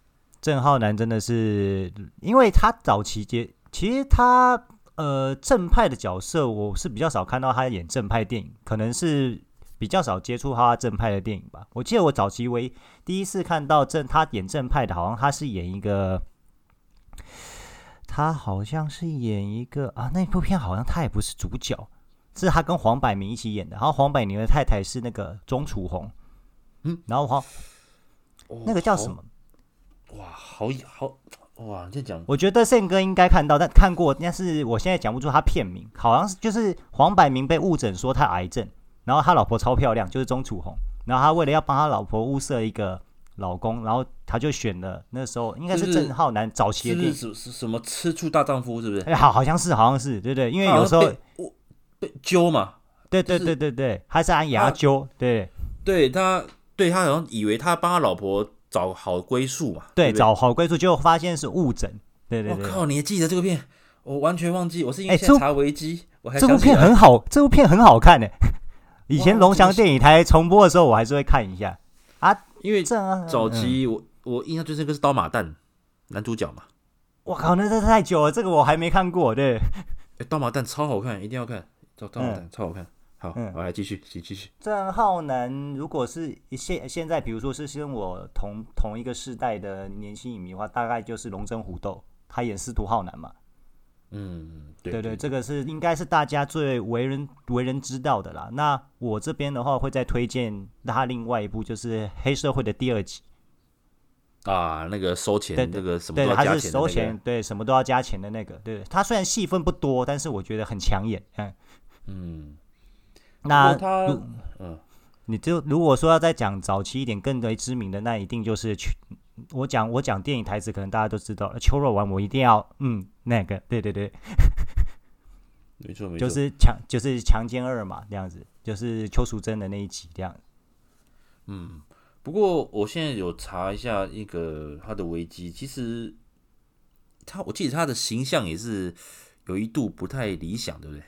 郑浩南真的是，因为他早期接，其实他呃正派的角色，我是比较少看到他演正派电影，可能是比较少接触他正派的电影吧。我记得我早期唯第一次看到正他演正派的，好像他是演一个，他好像是演一个啊，那部片好像他也不是主角，是他跟黄百鸣一起演的，然后黄百鸣的太太是那个钟楚红，
嗯，
然后黄
哦
那个叫什么？？
好哇，好好哇！你这样讲，
我觉得宪哥应该看到，但看过，但是我现在讲不出他片名，好像是就是黄百鸣被误诊说他癌症，然后他老婆超漂亮，就是钟楚红，然后他为了要帮他老婆物色一个老公，然后他就选了那时候应该
就是是
郑浩南早期
是
的
不
电
是
影，
什什什么吃醋大丈夫是不是？
哎，好好像是好像是对对，因为
他好
有
像
时候
被我被揪嘛，
对对
就是
对对对，他是按牙
他
揪，对
对他，对他好像以为他帮他老婆找好归宿嘛。
对，
不
找好归宿，结果发现是误诊，对对
我
对。
靠，你还记得这个片？我完全忘记，我是因为
哎
现
这
在
部
查维基，我还
这部
想起
片
来。
很好，这部片很好看呢。欸以前
哇
龙
真
翔
的是
电影台重播的时候，我还是会看一下。
因为
这啊，
早
嗯
期我我印象最深刻是刀马旦男主角嘛，
我靠，那这太久了，这个我还没看过。对，
哎，刀马旦超好看，一定要看，刀刀马旦超好看。好，
嗯
我来继续，继继续。
郑浩南如果是现现在，比如说是跟我同同一个世代的年轻影迷的话，大概就是《龙争虎斗》，他演司徒浩南嘛。
嗯，对
对对，这个是应该是大家最为人为人知道的啦。那我这边的话会再推荐他另外一部，就是《黑社会》的第二集。
啊，那个收钱
对
那个什么都
对，
要加
他
钱
是
的那
收
个
钱，对，什么都要加钱的那个。对，他虽然戏份不多，但是我觉得很抢眼。嗯，
嗯，
那
不过他
如
嗯
你就如果说要再讲早期一点更为知名的，那一定就是去我讲我讲电影台词，可能大家都知道。呃秋若丸我一定要嗯那个，对对对，
没错没错，
就是强就是强奸二嘛，这样子，就是邱淑贞的那一集这样。
嗯，不过我现在有查一下那个他的危机，其实他我记得他的形象也是有一度不太理想，对不对？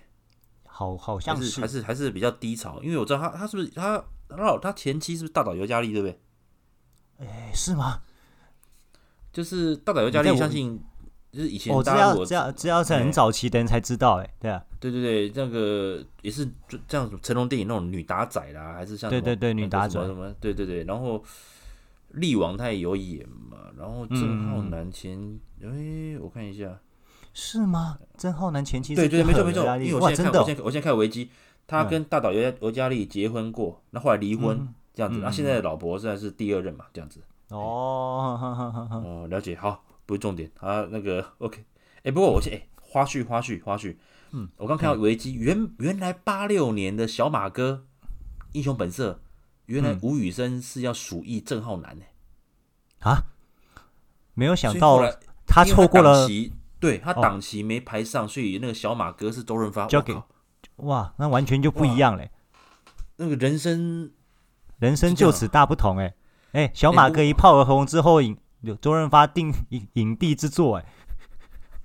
好，好
还
像
是还是还是比较低潮，因为我知道他他是不是他他老他前期是不是大岛尤加利，对不对？
哎是吗？
就是大岛尤加
你在
利，
我
相信就是以前
我、哦、这
大家
要
我
这要这要是很早期的人才知道、哎，对啊，
对对对，那个也是就这样，成龙电影那种女打仔啦，还是像
对
什么
对对女打仔
什么什么，对对对，然后力王他也有演嘛，然后
嗯
郑浩南前，哎、我看一下，
是吗？郑浩南前期
对
是
对，没错
很
没错
有压，力
因为我
哇，
现在看，
真的
我
哦、嗯
现在我现在看维基，他跟大岛尤加尤加利结婚过，那后来离婚、这样子，
嗯
那、现在的老婆现在是第二任嘛，这样子，
哦，呵呵呵呵
哦、了解，好，不是重点，啊，那个 OK，哎、不过我现哎、花絮花絮花絮，嗯，我刚看到维基，原原来八六年的小马哥英雄本色，原
嗯
来吴宇森是要鼠疫郑浩南呢、
啊，没有
欸所
想
以
到
后来
他
因为
错过
档
了
期，对他
哦
档期没排上，所以那个小马哥是周润发，
交
我
给
靠
哇，那完全就不一样嘞，
那个人生
人生
是这样
就
啊
此大不同哎哎，小
哎
马
不
哥一炮而红之后，影周润发定影影帝之作哎，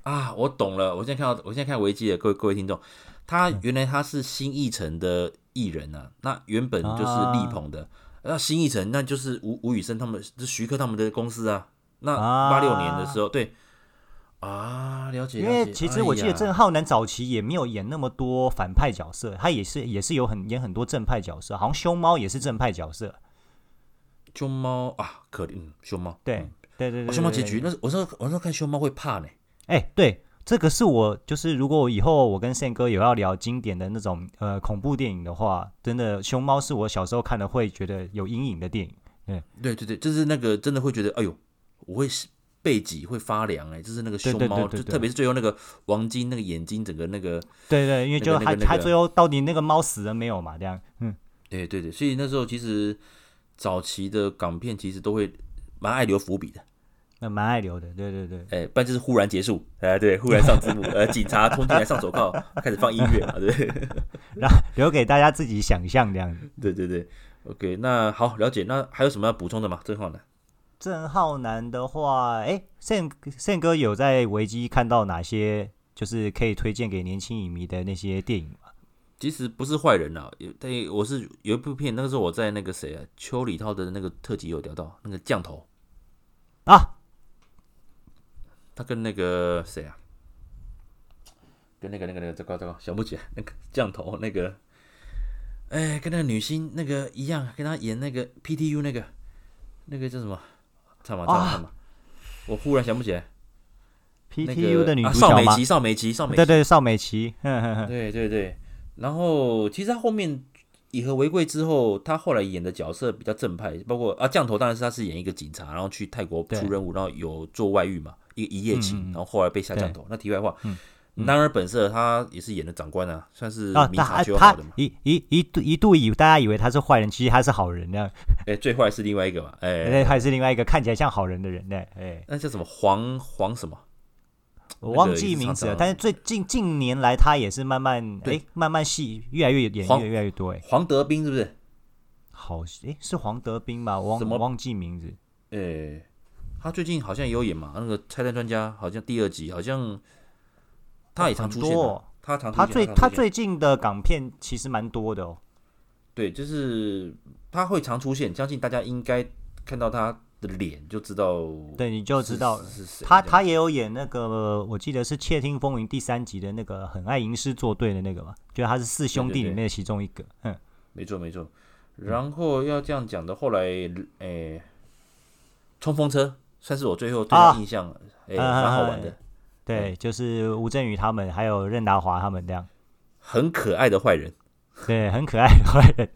啊，我懂了，我现在看到，我现在看维基的各位各位听众，他
嗯
原来他是新艺城的艺人啊，那原本就是
啊
力捧的，那新艺城那就是吴吴宇森他们，是徐克他们的公司啊。那
啊
八六年的时候，对啊，了解。
因
了
为
解
其实我记得郑
哎呀
浩南早期也没有演那么多反派角色，他也是也是有很演很多正派角色，好像熊猫也是正派角色，
熊猫啊，可怜嗯熊猫，
对
嗯
对对对
哦
对，
熊猫结
对
局，那是我说我说看熊猫会怕呢，
哎、对，这个是我就是如果我以后我跟宪哥有要聊经典的那种呃恐怖电影的话，真的《熊猫》是我小时候看的会觉得有阴影的电影。
对对对，就是那个真的会觉得，哎呦，我会背脊会发凉哎，就是那个
对
熊
对
猫，
对对
就
对
特别是最后那个王晶那个眼睛整个那个。
对对，因为
那
就
个
他、
那个那
他
个
最后到底那个猫死了没有嘛？这样，嗯，
对对对，所以那时候其实早期的港片其实都会蛮爱留伏笔的，
那蛮爱留的。对对对，
哎，不然就是忽然结束，哎，对，忽然上字幕，呃，警察冲进来上手铐，开始放音乐嘛，对
然后留给大家自己想象这样子。
对对对，OK，那好，了解，那还有什么要补充的吗？郑浩南，
郑浩南的话，哎，宪宪哥有在维基看到哪些就是可以推荐给年轻影迷的那些电影吗？
其实不是坏人啊，有对，我是有一部片，那个时候我在那个谁啊，邱礼涛的那个特辑有聊到那个降头，
啊，
他跟那个谁啊，跟那个那个那个糟糕糟糕，想不起来那个降头那个，哎，跟那个女星那个一样，跟他演那个 PTU 那个那个叫什么？
啊
唱嘛唱嘛唱嘛，我忽然想不起来。那
PTU
个
的女
啊
主
邵
角
美
吗？
琪，邵美琪，邵美
对
琪，
对，邵美琪，嗯哼哼哼，
对对对。然后其实他后面以和为贵之后，他后来演的角色比较正派，包括啊降头，当然是他是演一个警察，然后去泰国
对嗯
出任务，然后有做外遇嘛，一个一夜情，然后后来被下降头。那题外话，男儿本色他也是演的长官啊，算是
啊，
明
他
察
还
秋毫
他
的嘛。
一一一度一度以大家以为他是坏人，其实他是好人呢，
哎，最坏是另外一个嘛，哎，
那还是另外一个看起来像好人的人呢。哎，
那叫什么黄黄什么？
我
那
忘
个也
记
是
名
常
字了，
常
但是最近近年来他也是慢慢
对
哎慢慢戏越来越演
黄
越越来越多哎，
黄德斌是不是？
好哎是黄德斌吗？我
什
忘
么
我忘记名字，
哎，他最近好像也有演嘛，那个《拆弹专家》好像第二集好像他也常出现
很
啊、
多哦
他常出
他
现
最
常
他
出现
最近的港片其实蛮多的哦，
对，就是他会常出现，相信大家应该看到他的脸就知道
对你就知道了。
是是谁
他
这样
他也有演那个，我记得是《窃听风云》第三集的那个很爱吟诗作对的那个嘛，就他是四兄
对
弟里
对
面的其中一个，嗯。
没错没错。然后要这样讲的，后来诶，冲锋车算是我最后对
啊
他印象诶哎
啊
蛮好玩的。
对，就是吴镇宇他们，还有任达华他们这样，
很可爱的坏人。
对，很可爱的坏 人。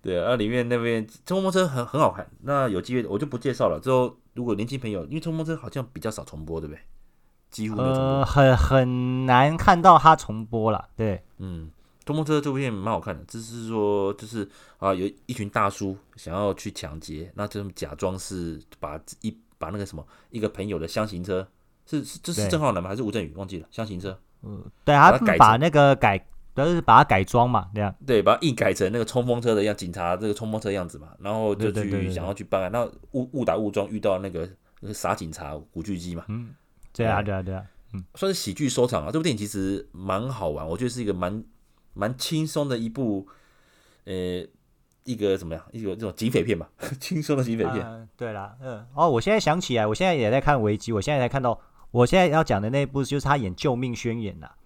对，然后里面那边冲锋车很很好看，那有机会我就不介绍了。之后如果年轻朋友，因为冲锋车好像比较少重播，对不对？几乎没有重播。
呃，很很难看到他重播了。对，
嗯，冲锋车这部片蛮好看的，只是说就是啊，有一群大叔想要去抢劫，那他们假装是把一把那个什么一个朋友的箱型车，是是这是
对
郑浩南吗？还是吴镇宇？忘记了箱型车，
对
把
他
它改
们把那个改，主要是把它改装嘛，这样。
对，把它硬改成那个冲锋车的样，警察这个冲锋车样子嘛，然后就
对对
去
对对对
想要去办案，那误误打误撞遇到那个那个傻警察古巨基嘛，
对啊，
对
对啊，对啊。
算是喜剧收场啊。这部电影其实蛮好玩，我觉得是一个蛮蛮轻松的一部，呃，一个怎么样，一个这种警匪片吧， 轻松的警匪片。
嗯，对啦，嗯，哦，我现在想起来，我现在也在看危机，我现在才看到，我现在要讲的那一部就是他演《救命宣言》呐、
哦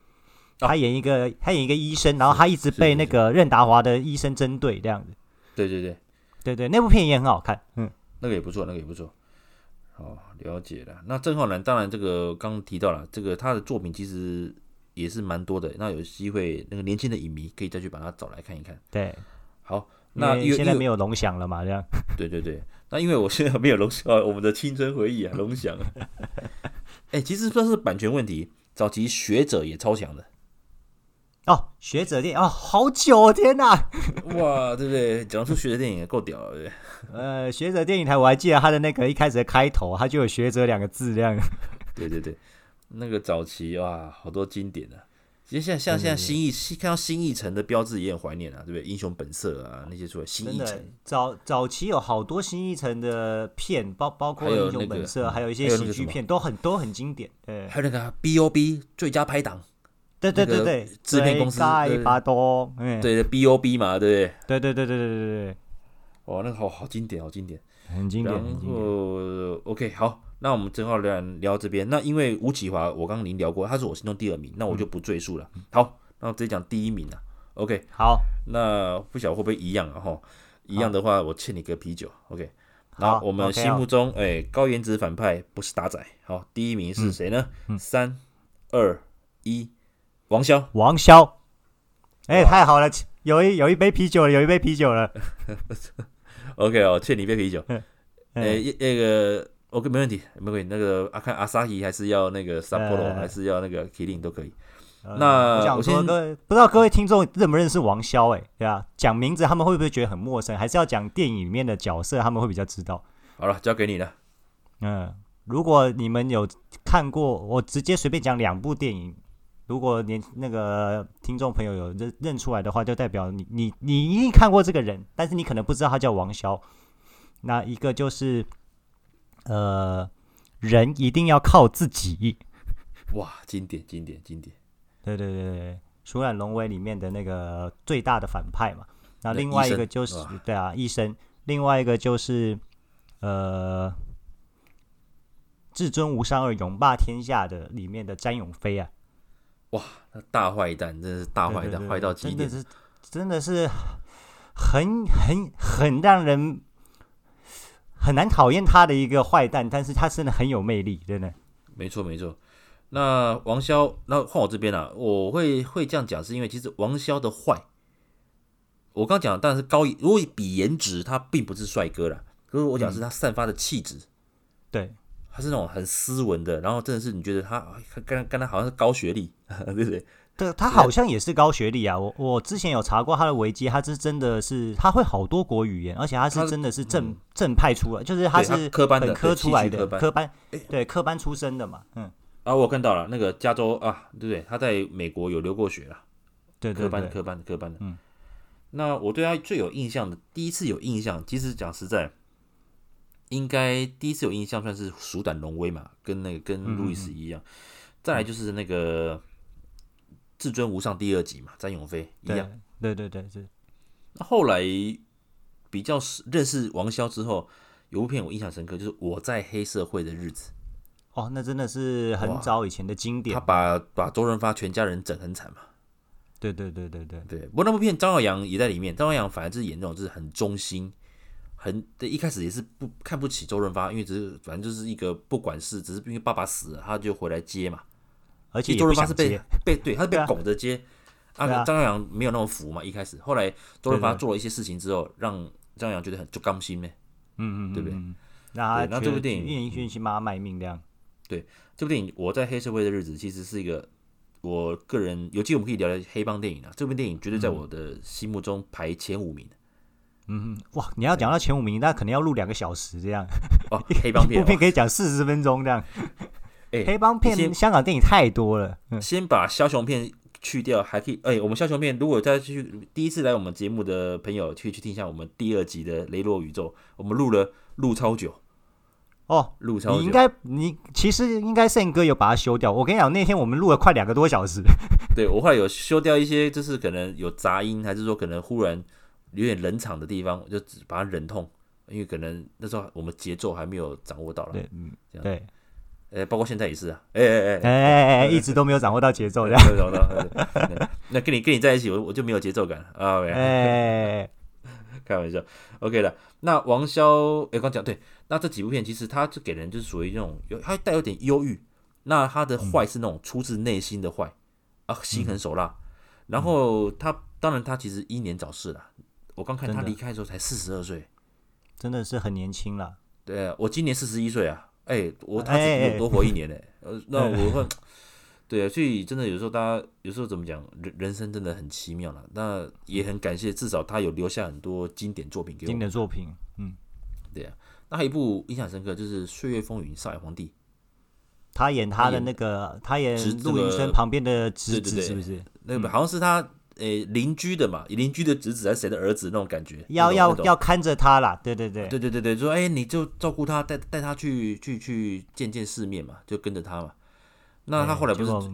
他演一个他演一个医生，然后他一
是
直被
是
那
是
个任达华的医生针对这样子。
对对对，
对对，那部片也很好看。嗯，
那个也不错，那个也不错。哦，了解了。那郑浩南当然这个刚提到了，这个他的作品其实也是蛮多的。那有机会，那个年轻的影迷可以再去把它找来看一看。
对，
好，
因
那
为
因为
现
因
在
为
没有龙翔了嘛，这样。
对对对，那因为我现在没有龙翔， 我们的青春回忆啊，龙翔。哎、其实算是版权问题，早期学者也超强的，
哦，学者电哦，好久哦、天哪！
哇，对不对？讲出学者电影也够屌了，对不对？
呃，学者电影台我还记得他的那个一开始的开头，他就有“学者”两个字这样。
对对对，那个早期哇，好多经典啊。其实现在像现在新艺看到新艺城的标志也很怀念啊，对不对？英雄本色啊那些出来，新
真
艺
的
城，
早早期有好多新一城的片，包包括
还有
英雄
那个嗯
本色，还有一些
还有那
喜
个
剧
什么
片，都很都很经典。对
还有那个啊 B O B 最佳拍档，
对对
那
对
个
对，
制片公司
盖
对
巴多，嗯，
对 B O B 嘛，对不对？
对对对对对对对，
哇，那个好好经典，好经典。
很经典，
然
很经典。
后 OK，好，那我们正好聊聊这边。那因为吴启华，我刚刚已经聊过，他是我心中第二名，那我就
嗯
不赘述了。好，那我直接讲第一名了。OK，
好，
那不晓得会不会一样啊？哈，一样的话，我欠你个啤酒。OK，然
好
后我们
OK 哦
心目中，哎、高颜值反派不是打仔。好，第一名
嗯
是谁呢？三二一，王骁。
王骁，哎，
哇
太好了，有一有一杯啤酒了，有一杯啤酒了。
OK 哦，欠你一杯啤酒。
嗯
哎，一那个 OK 没问题，没问题。那个啊，看阿萨伊还是要那个 Sapporo，、
哎
还是要那个 Killing 都可以。
呃
那
我想
我
说，
先
各位不知道各位听众认不认识王骁？哎，对啊，讲名字他们会不会觉得很陌生？还是要讲电影里面的角色，他们会比较知道。
好了，交给你了。
嗯，如果你们有看过，我直接随便讲两部电影。如果连那个听众朋友有认认出来的话，就代表你你你一定看过这个人，但是你可能不知道他叫王骁。那一个就是，呃，人一定要靠自己。
哇，经典，经典，经典。
对对对对对，《鼠染龙威》里面的那个最大的反派嘛。
那
那另
医
外一
生
个就是
哇
对啊，医生。另外一个就是呃，《至尊无上二勇霸天下》的里面的詹永飞啊，
那大坏蛋真的是大
对
坏
对
蛋，
对
坏
对
到极
真的
点。
是真的是很很很让人。很难讨厌他的一个坏蛋，但是他真的很有魅力，真的。
没错，没错。那王骁，那换我这边了、啊我会会这样讲，是因为其实王骁的坏，我刚讲的当然是高，如果比颜值，他并不是帅哥啦。可是我
嗯
讲的是他散发的气质，
对，
他是那种很斯文的，然后真的是你觉得他啊跟跟他好像是高学历，对不对？
对，他好像也是高学历啊。我我之前有查过他的维基，他是真的是他会好多国语言，而且他
他嗯
是真的是正正派出来，就是他
对他
是
科班的
本科
对戏
出来
剧科
的
班
科班，对科班出身的嘛。嗯，
啊，我看到了那个加州啊，对不对？他在美国有留过学啦，
对
科
对
班的
对，
科班的科班的。嗯，那我对他最有印象的，第一次有印象，其实讲实在，应该第一次有印象算是《鼠胆龙威》嘛，跟那个
嗯
跟路易斯一样。再来就是那个《至尊无上》第二集嘛，詹永飞一样
对。对对对是，
那后来比较认识王骁之后，有部片我印象深刻，就是《我在黑社会的日子
哦，那真的是很早以前的经》，
他
典。
把把周润发全家人整很惨嘛。
对对对对对
对，不过那部片张耀扬也在里面，张耀扬反而就是演那种就是很忠心，很对，一开始也是不看不起周润发，因为只是反正就是一个不管事，只是因为爸爸死了，他就回来接嘛。
而
其
且
实
也
周
不
润发
想
是被
接，
被对，他是被
对啊
拱着接。
对
啊，
啊
张耀扬没有那么服嘛，一开始，后来周润发
对对
做了一些事情之后，让张耀扬觉得很就刚心呗。
嗯嗯，嗯
对不对？
嗯那
对那
他
这部电影嗯
愿意愿意去帮他卖命这样，
这部电影《我在黑社会的日子》其实是一个我个人有机会我们可以聊聊黑帮电影啊。这部电影绝对在我的心目中排前五名、
嗯，哇，你要讲到前五名，那可能要录两个小时这样，
哦，黑帮 片
部片
哦。
可以讲四十分钟这样。
哎、
黑帮
你先
片香港电影太多了，嗯，
先把枭雄片去掉，还可以哎、我们枭雄片如果再去第一次来我们节目的朋友，去去听一下我们第二集的《雷洛宇宙》，我们录了录超久，
哦。
录超
你应
久。
该，你其实应该圣哥有把它修掉。我跟你讲，那天我们录了快两个多小时，
对我后来有修掉一些，就是可能有杂音，还是说可能忽然有点冷场的地方，我就只把它忍痛，因为可能那时候我们节奏还没有掌握到了。
对，嗯
这，样
对，
呃、包括现在也是啊，哎哎
哎
哎，
哎哎，一直都没有掌握到节奏这样，
对懂懂懂对那跟你跟你在一起，我我就没有节奏感了啊，没有
哎，
开玩笑，OK 了。那王骁，哎、刚讲对，那这几部片其实它就给人就是属于那种有，它带有点忧郁，那它的坏是那种出自内心的坏、啊，心狠手辣。然后他当然他其实英年早逝了，我刚看他
真的
离开的时候才四十二岁，
真的是很年轻了。
对啊我今年四十一岁啊，哎、我他只
哎哎
比
哎
我多活一 年呢、呃，那我会，对啊，所以真的有时候大家有时候怎么讲，人人生真的很奇妙了。那也很感谢，至少他有留下很多经典作品给我
经
们。
典作品，嗯，
那还有一部印象深刻就是《岁月风云少年皇帝》，
他演他
他
的
演
那个，他演
侄这
陆云
个
生旁边的
对
侄
对
子，
对
是不是？
那个好像是他诶邻、居的嘛，邻居的侄子还是谁的儿子那种感觉。
要
那
要
种
要看着他啦，对对
那种
对，
对对对对，说哎、你就照顾他，带带他去去去见见世面嘛，就跟着他嘛。那他
哎
后来不
结
是
果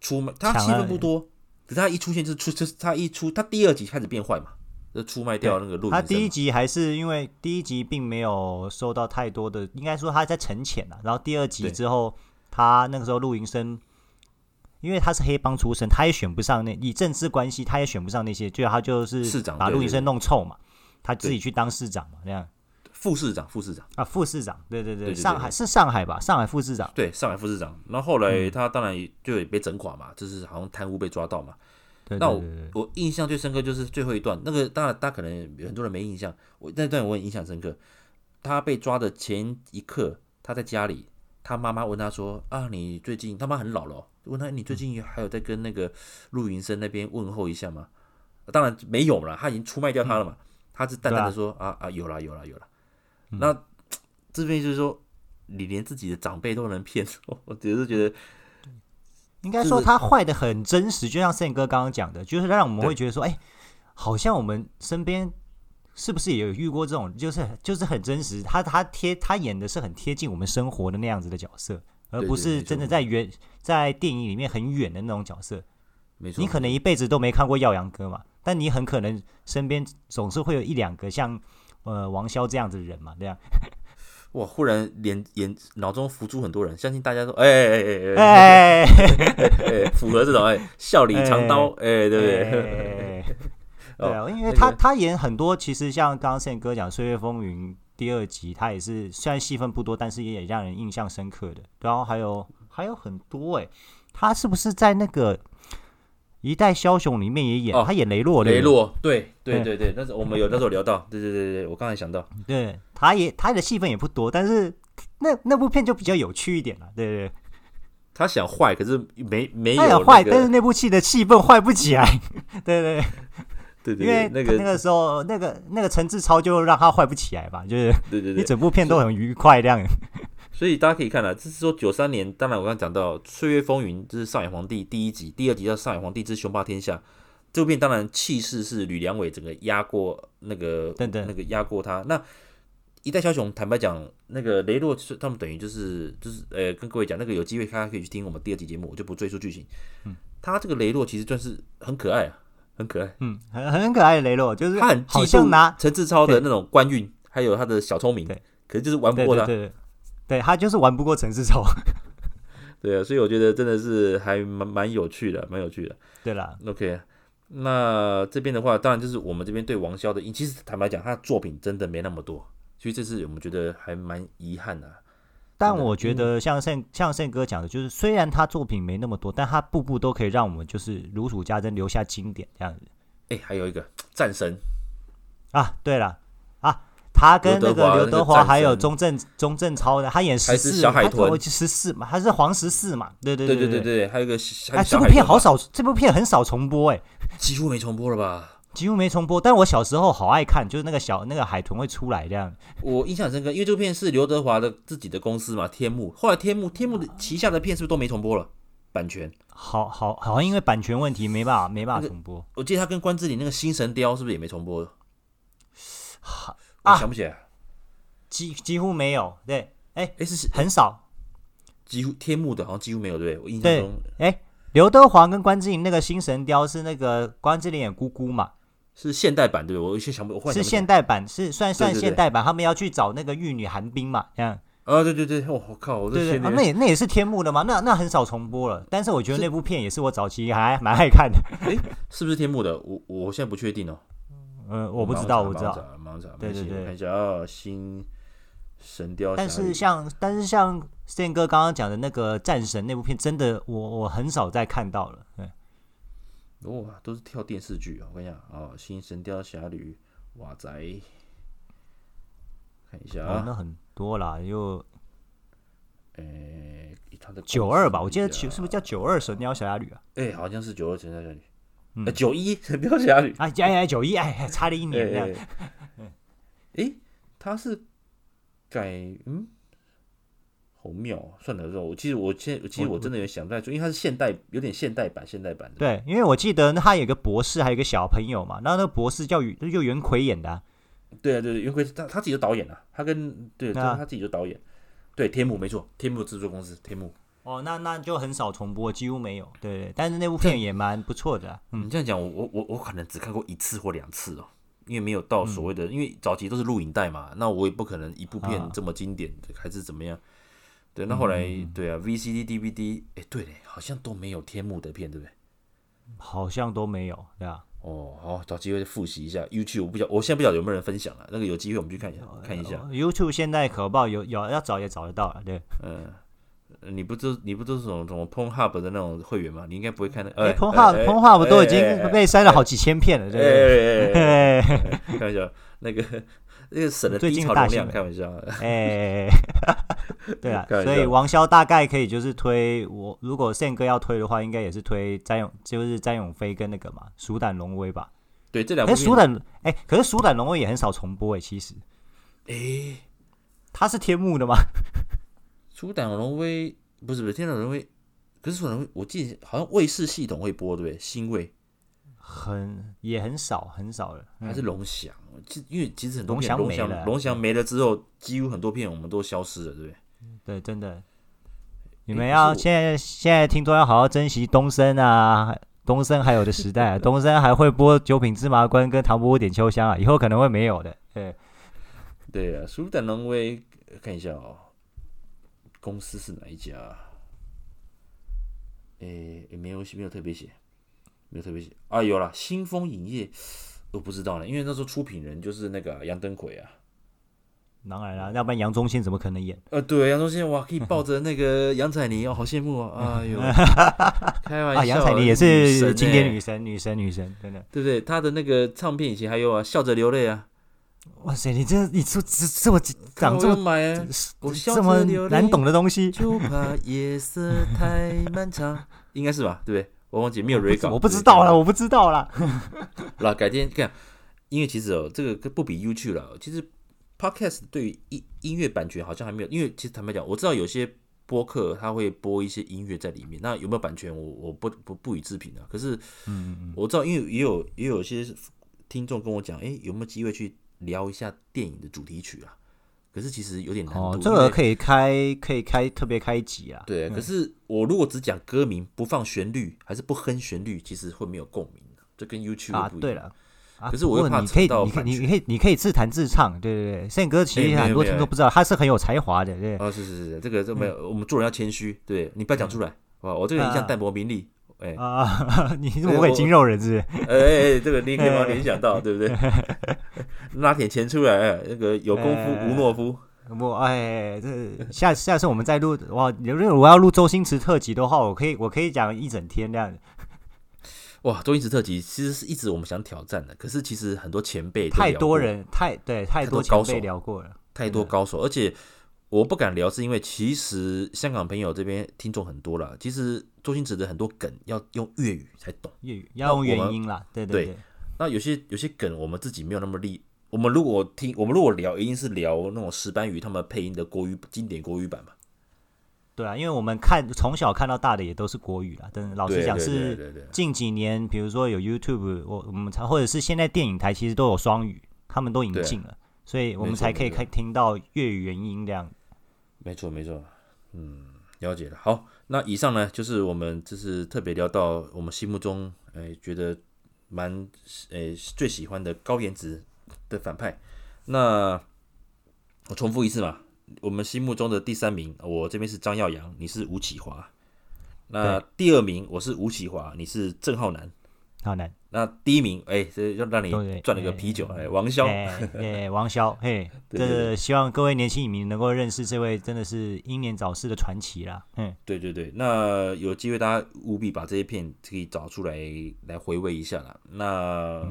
出卖，他
抢
戏份
了
不多，可是他一出现就出，就是他一出，他第二集开始变坏嘛，就出卖掉那个陆
他
云
第一
生。
集还是因为第一集并没有受到太多的，应该说他在沉潜啊了、然后第二集
对
之后，他那个时候陆云生，因为他是黑帮出身，他也选不上那以政治关系，他也选不上那些，最后他就
市
是
长
把
对
陆
对
云
对
生弄臭嘛，他自
对
己去当市长嘛，那样
副市长，副市长，
啊，副市长，对对对，
对对对
上海是上海吧？上海副市长，
对，上海副市长。然后后
嗯
来他当然就也被整垮嘛，就是好像贪污被抓到嘛。
对
那
对
我
对对，
我印象最深刻就是最后一段，那个当然大家可能有很多人没印象，我那段我很印象深刻。他被抓的前一刻，他在家里，他妈妈问他说：“啊，你最近他妈很老了哦、问他你最近还有在跟那个陆云生那边问候一下吗？”当然没有了，他已经出卖掉他了嘛。他是淡淡的说：“啊啊，有啦有啦有啦。
嗯
那这边就是说，你连自己的长辈都能骗， 我我只是觉得
应该
就
说
是
他坏的很真实，就像宪哥刚刚讲的，就是让我们
对
会觉得说，哎、好像我们身边是不是也有遇过这种，就是就是很真实，他他贴他演的是很贴近我们生活的那样子的角色，而
对
不
对
是
没错
真的在远在电影里面很远的那种角色。
没错，
你可能一辈子都没看过耀阳哥嘛，但你很可能身边总是会有一两个像呃王骁这样子的人嘛，对啊，
哇，忽然脸眼脑中浮出很多人，相信大家都哎哎哎哎哎
哎，
哎，符合这种哎笑里藏刀哎，对不对？
对？
哦
对啊，因
那
为
个
他他演很多，其实像刚刚宪哥讲《岁月风云》第二集，他也是虽然戏份不多，但是也让人印象深刻的。然后还有还有很多哎、他是不是在那个《一代枭雄》里面也演？
哦
他演雷洛 的
雷，洛，对对对对，那时候我们有那时候聊到，对对对对，我刚才想到，
对，他也他的戏份也不多，但是那那部片就比较有趣一点了，对对
他想坏，可是没没有
对，他
那
有
个
坏，但是那部戏的气氛坏不起来，对对对，
对对
因为
对，那
他
个
那个时候那个那个陈志超就让他坏不起来吧，就是
对对
你
对，
整部片都很愉快这样。
所以大家可以看了，这是说九三年，当然我刚刚讲到《岁月风云》，这是《上海皇帝》第一集，第二集叫《上海皇帝之雄霸天下》。这部片当然气势是吕良伟整个压过那个
等等
那个压过他。那一代枭雄，坦白讲，那个雷洛是他们等于就是就是呃，跟各位讲，那个有机会大家可以去听我们第二集节目，我就不赘述剧情。嗯，他这个雷洛其实算是很可爱啊，很可爱，
嗯，很很可爱的雷洛，就是
他很
好
嫉
像
妒
拿
陈志超的那种官运，还有他的小聪明
对，
可是就是玩不
对
过
对
他。
对对，对他就是玩不过陈世超。
对啊，所以我觉得真的是还蛮蛮有趣的，蛮有趣的。
对啦，
OK，那这边的话，当然就是我们这边对王骁的印，其实坦白讲，他的作品真的没那么多，所以这是我们觉得还蛮遗憾的啊、嗯
但我觉得像圣像圣哥讲的，就是虽然他作品没那么多，但他步步都可以让我们就是如数家珍，留下经典这样子
哎、还有一个战神，
啊。对了啊，他跟那个
刘德华那
刘
个
德华
战
还有
神
钟正钟正超的，他演
还
十
是
四
小海豚
十四嘛，他是黄十四嘛，对对
对
对
对
对。
对，还啊有一个还有
哎，
小
这部
海
片
豚
好
吧
少，这部片很少重播哎、
几乎没重播了吧？
几乎没重播。但我小时候好爱看，就是那个小那个海豚会出来这样。
我印象深刻，因为这部片是刘德华的自己的公司嘛，天幕。后来天幕天幕的旗下的片是不是都没重播了？版权，
好好好像因为版权问题没办法没办法重播
我记得他跟关之琳那个《新神雕》是不是也没重播了？我
啊
想不起来，
几几乎没有对，哎、
哎，是是
很少。
几乎天幕的，好像几乎没有，对不对？我印象
对
中
哎，刘德华跟关之琳那个《新神雕》是那个关之琳演姑姑嘛，
是现代版，对不对？我有些想不，我忽然想
是
不起来
现代版，是算
对
算
对
现
对
代版，他们要去找那个玉女寒冰嘛，这样
啊，对对对，我我靠，我这
对对，
现在
啊那也那也是天幕的嘛，那那很少重播了，但是我觉得
是
那部片也是我早期还蛮爱看的，
是不是天幕的？我我现在不确定哦，
呃，我不知道，我
我
不
马
知
上
道，
查，马上查，
对
没关系
对对
我看一下啊，新神雕侠侣，
但是像但是像 Stan 哥刚刚讲的那个战神那部片，真的我我很少再看到了，对，
哇，都是跳电视剧啊！我跟你讲啊，《新神雕侠侣》哇仔，看一下
哦，
啊，
那很多啦，又
诶、他的公
九二
司
吧，我记得
名字
九
啊
是不是叫九二神雕侠侣啊？
哎、好像是九二神雕侠侣，呃，九一神雕侠侣，
啊，哎哎九一哎，哎差了一
哎
年这样
哎，哎他是改嗯，好妙哦，算了，算了我其实我现其实
我
我真的有想不太出，因为它是现代，有点现代版，现代版的，
对，因为我记得他有一个博士，还有一个小朋友嘛，然后那个博士叫袁，就袁奎演的啊、
对啊，对对，因为他他自己就导演啊，他跟对，
那
他他自己就导演，对，天幕没错，天幕制作公司，天幕。
哦，那那就很少重播，几乎没有。对对，但是那部片也蛮不错的啊、
你这样讲，我我我我可能只看过一次或两次哦，因为没有到所谓的，因为早期都是录影带嘛，那我也不可能一部片
啊
这么经典、还是怎么样。对，那后来、对啊，VCD、DVD，哎、对嘞，好像都没有天幕的片，对不对？
好像都没有，对啊吧、
哦，好，找机会复习一下 YouTube，我不晓，我现在不晓得有没有人分享了，那个有机会我们去看一下，看一下。
呃 YouTube 现在可不好有有要找也找得到了，对。
呃你不都你不都是什么什么 p o n h u b 的那种会员吗？你应该不会看那。
哎、
哎
通话
哎哎
通话不都已经
哎哎哎
被删了好几千片了，对不对？
哎哎哎哎
哎哎
哎 开玩笑，那个那个省了
最
低
近
潮
大
流
新
量，
闻
开玩笑。
哎，哎 哎对啊
开，玩
所以
笑
王骁大概可以就是推我，如果宪哥要推的话，应该也是推詹永，就是詹永飞跟那个嘛，鼠胆龙威吧。
对，这两部
哎，
片
鼠胆哎，可是鼠胆龙威也很少重播哎，其实
诶，
它是天幕的吗？
鼠胆龙威不是不是天胆龙威，可是鼠胆龙威，我记得好像卫视系统会播，对不对？新卫
很也很少很少了，嗯
还是龙翔？其、因为其实很多
龙
片
翔
龙
没了
翔龙翔没了之后，几乎很多片我们都消失了，对不对？
对，真的。你
哎
们
可是
要
我
现在现在听众要好好珍惜东升啊，东升还有的 时代啊，东升还会播《九品芝麻官》跟《唐伯虎点秋香》啊，以后可能会没有的。对，
对啊，鼠胆龙威呃看一下哦，公司是哪一家啊？诶、诶没有没有特别写，没有特别写啊，有啦，新风影业，我不知道呢，因为那时候出品人就是那个啊杨登魁啊。
当然了，要不然杨宗宪怎么可能演？
呃，对，杨宗宪哇，可以抱着那 个杨采妮哦，好羡慕啊！哎呦，开玩笑，
啊，杨采妮也
女神
是
欸
经典女神，女神，女神，真的。
对不对？她的那个唱片以前还有啊，笑着流泪啊，
哇塞，你这你这这这么长
看
这
我要
么
买啊，我笑
这么
着流泪，
难懂，的东西，
就怕夜色太漫长，应该是吧？对不对？我忘记没有 re 稿，
我不知道
了
啦，，我不知 道啦。
啦，改天看，因为其实哦，这个不比 YouTube 了，其实 Podcast 对于音音乐版权好像还没有，因为其实坦白讲，我知道有些播客他会播一些音乐在里面，那有没有版权我我不不不予置评啊。可是，嗯，我知道，因为也有也有些听众跟我讲，哎、有没有机会去聊一下电影的主题曲啊？可是其实有点难度，
哦，这个
以。
可以开，可以开特别开一集啊。
对，可是我如果只讲歌名不放旋律，还是不哼旋律，其实会没有共鸣的这跟 YouTube
啊
不，一
对
样
了。啊，
可是我
不
又
过
怕
你可以，
扯到
你可以，
版
你
权
你可以，你可以自弹自唱，对对对。宪哥
哎
其
没
实
有
很多
没有
听众不知道，他是很有才华的，
啊
对。嗯
哦，是是是，这个这没有，我们做人要谦虚，对你不要讲出来，好吧？我这个一向淡泊名利，哎、哎、
啊， 你是魔鬼筋肉人是不
哎哎，这个你可以把它联想 到，对不对？拉点钱出来，哎那个有功夫
哎
无懦夫，
是？我哎，这下下次我们再录哇，如果我要录周星驰特辑的话，我可以我可以讲一整天这样子。
哇！周星驰特辑其实是一直我们想挑战的，可是其实很多前辈都
太
聊
多
过
人太对太
太多
多前
高
辈
手
聊过了，
太多高手，而且我不敢聊，是因为其实香港朋友这边听众很多了，其实周星驰的很多梗要用粤语才懂。
粤语要用
我
元
们
音啦，对
对
对，
那有些有些梗我们自己没有那么厉，我们如果听我们如果聊，一定是聊那种石斑鱼他们配音的国语经典国语版嘛。
对啊，因为我们看从小看到大的也都是国语啦，但老实
对
讲
对对
是
对对
近几年，比如说有 YouTube，我我们才或者是现在电影台其实都有双语，他们都引
对啊
进了，所以我
没
们
错
才
没
可以
错
看听到粤语元音这样。
没错，没错，嗯，了解了。好，那以上呢，就是我们这次特别聊到我们心目中，哎、觉得蛮，哎、最喜欢的高颜值的反派。那我重复一次嘛，我们心目中的第三名，我这边是张耀扬，你是吴启华。那第二名我是吴启华，你是郑浩南。
好难，
那第一名，哎、这让让你
对
赚了个
哎
啤酒，哎、王潇，
哎哎，王潇，嘿，
对对
这希望各位年轻影迷能够认识这位真的是英年早逝的传奇啦。嗯，
对对对，那有机会大家务必把这些片可以找出来来回味一下啦。那、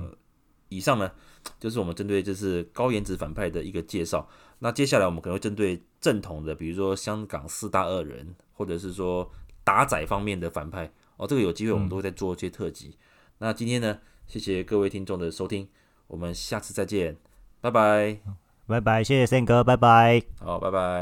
以上呢，就是我们针对这次高颜值反派的一个介绍。那接下来我们可能会针对正统的，比如说香港四大恶人，或者是说打仔方面的反派哦，这个有机会我们都会再做一些特辑。那今天呢，谢谢各位听众的收听，我们下次再见，拜拜。
拜拜，谢谢森哥，拜拜。
好，拜拜。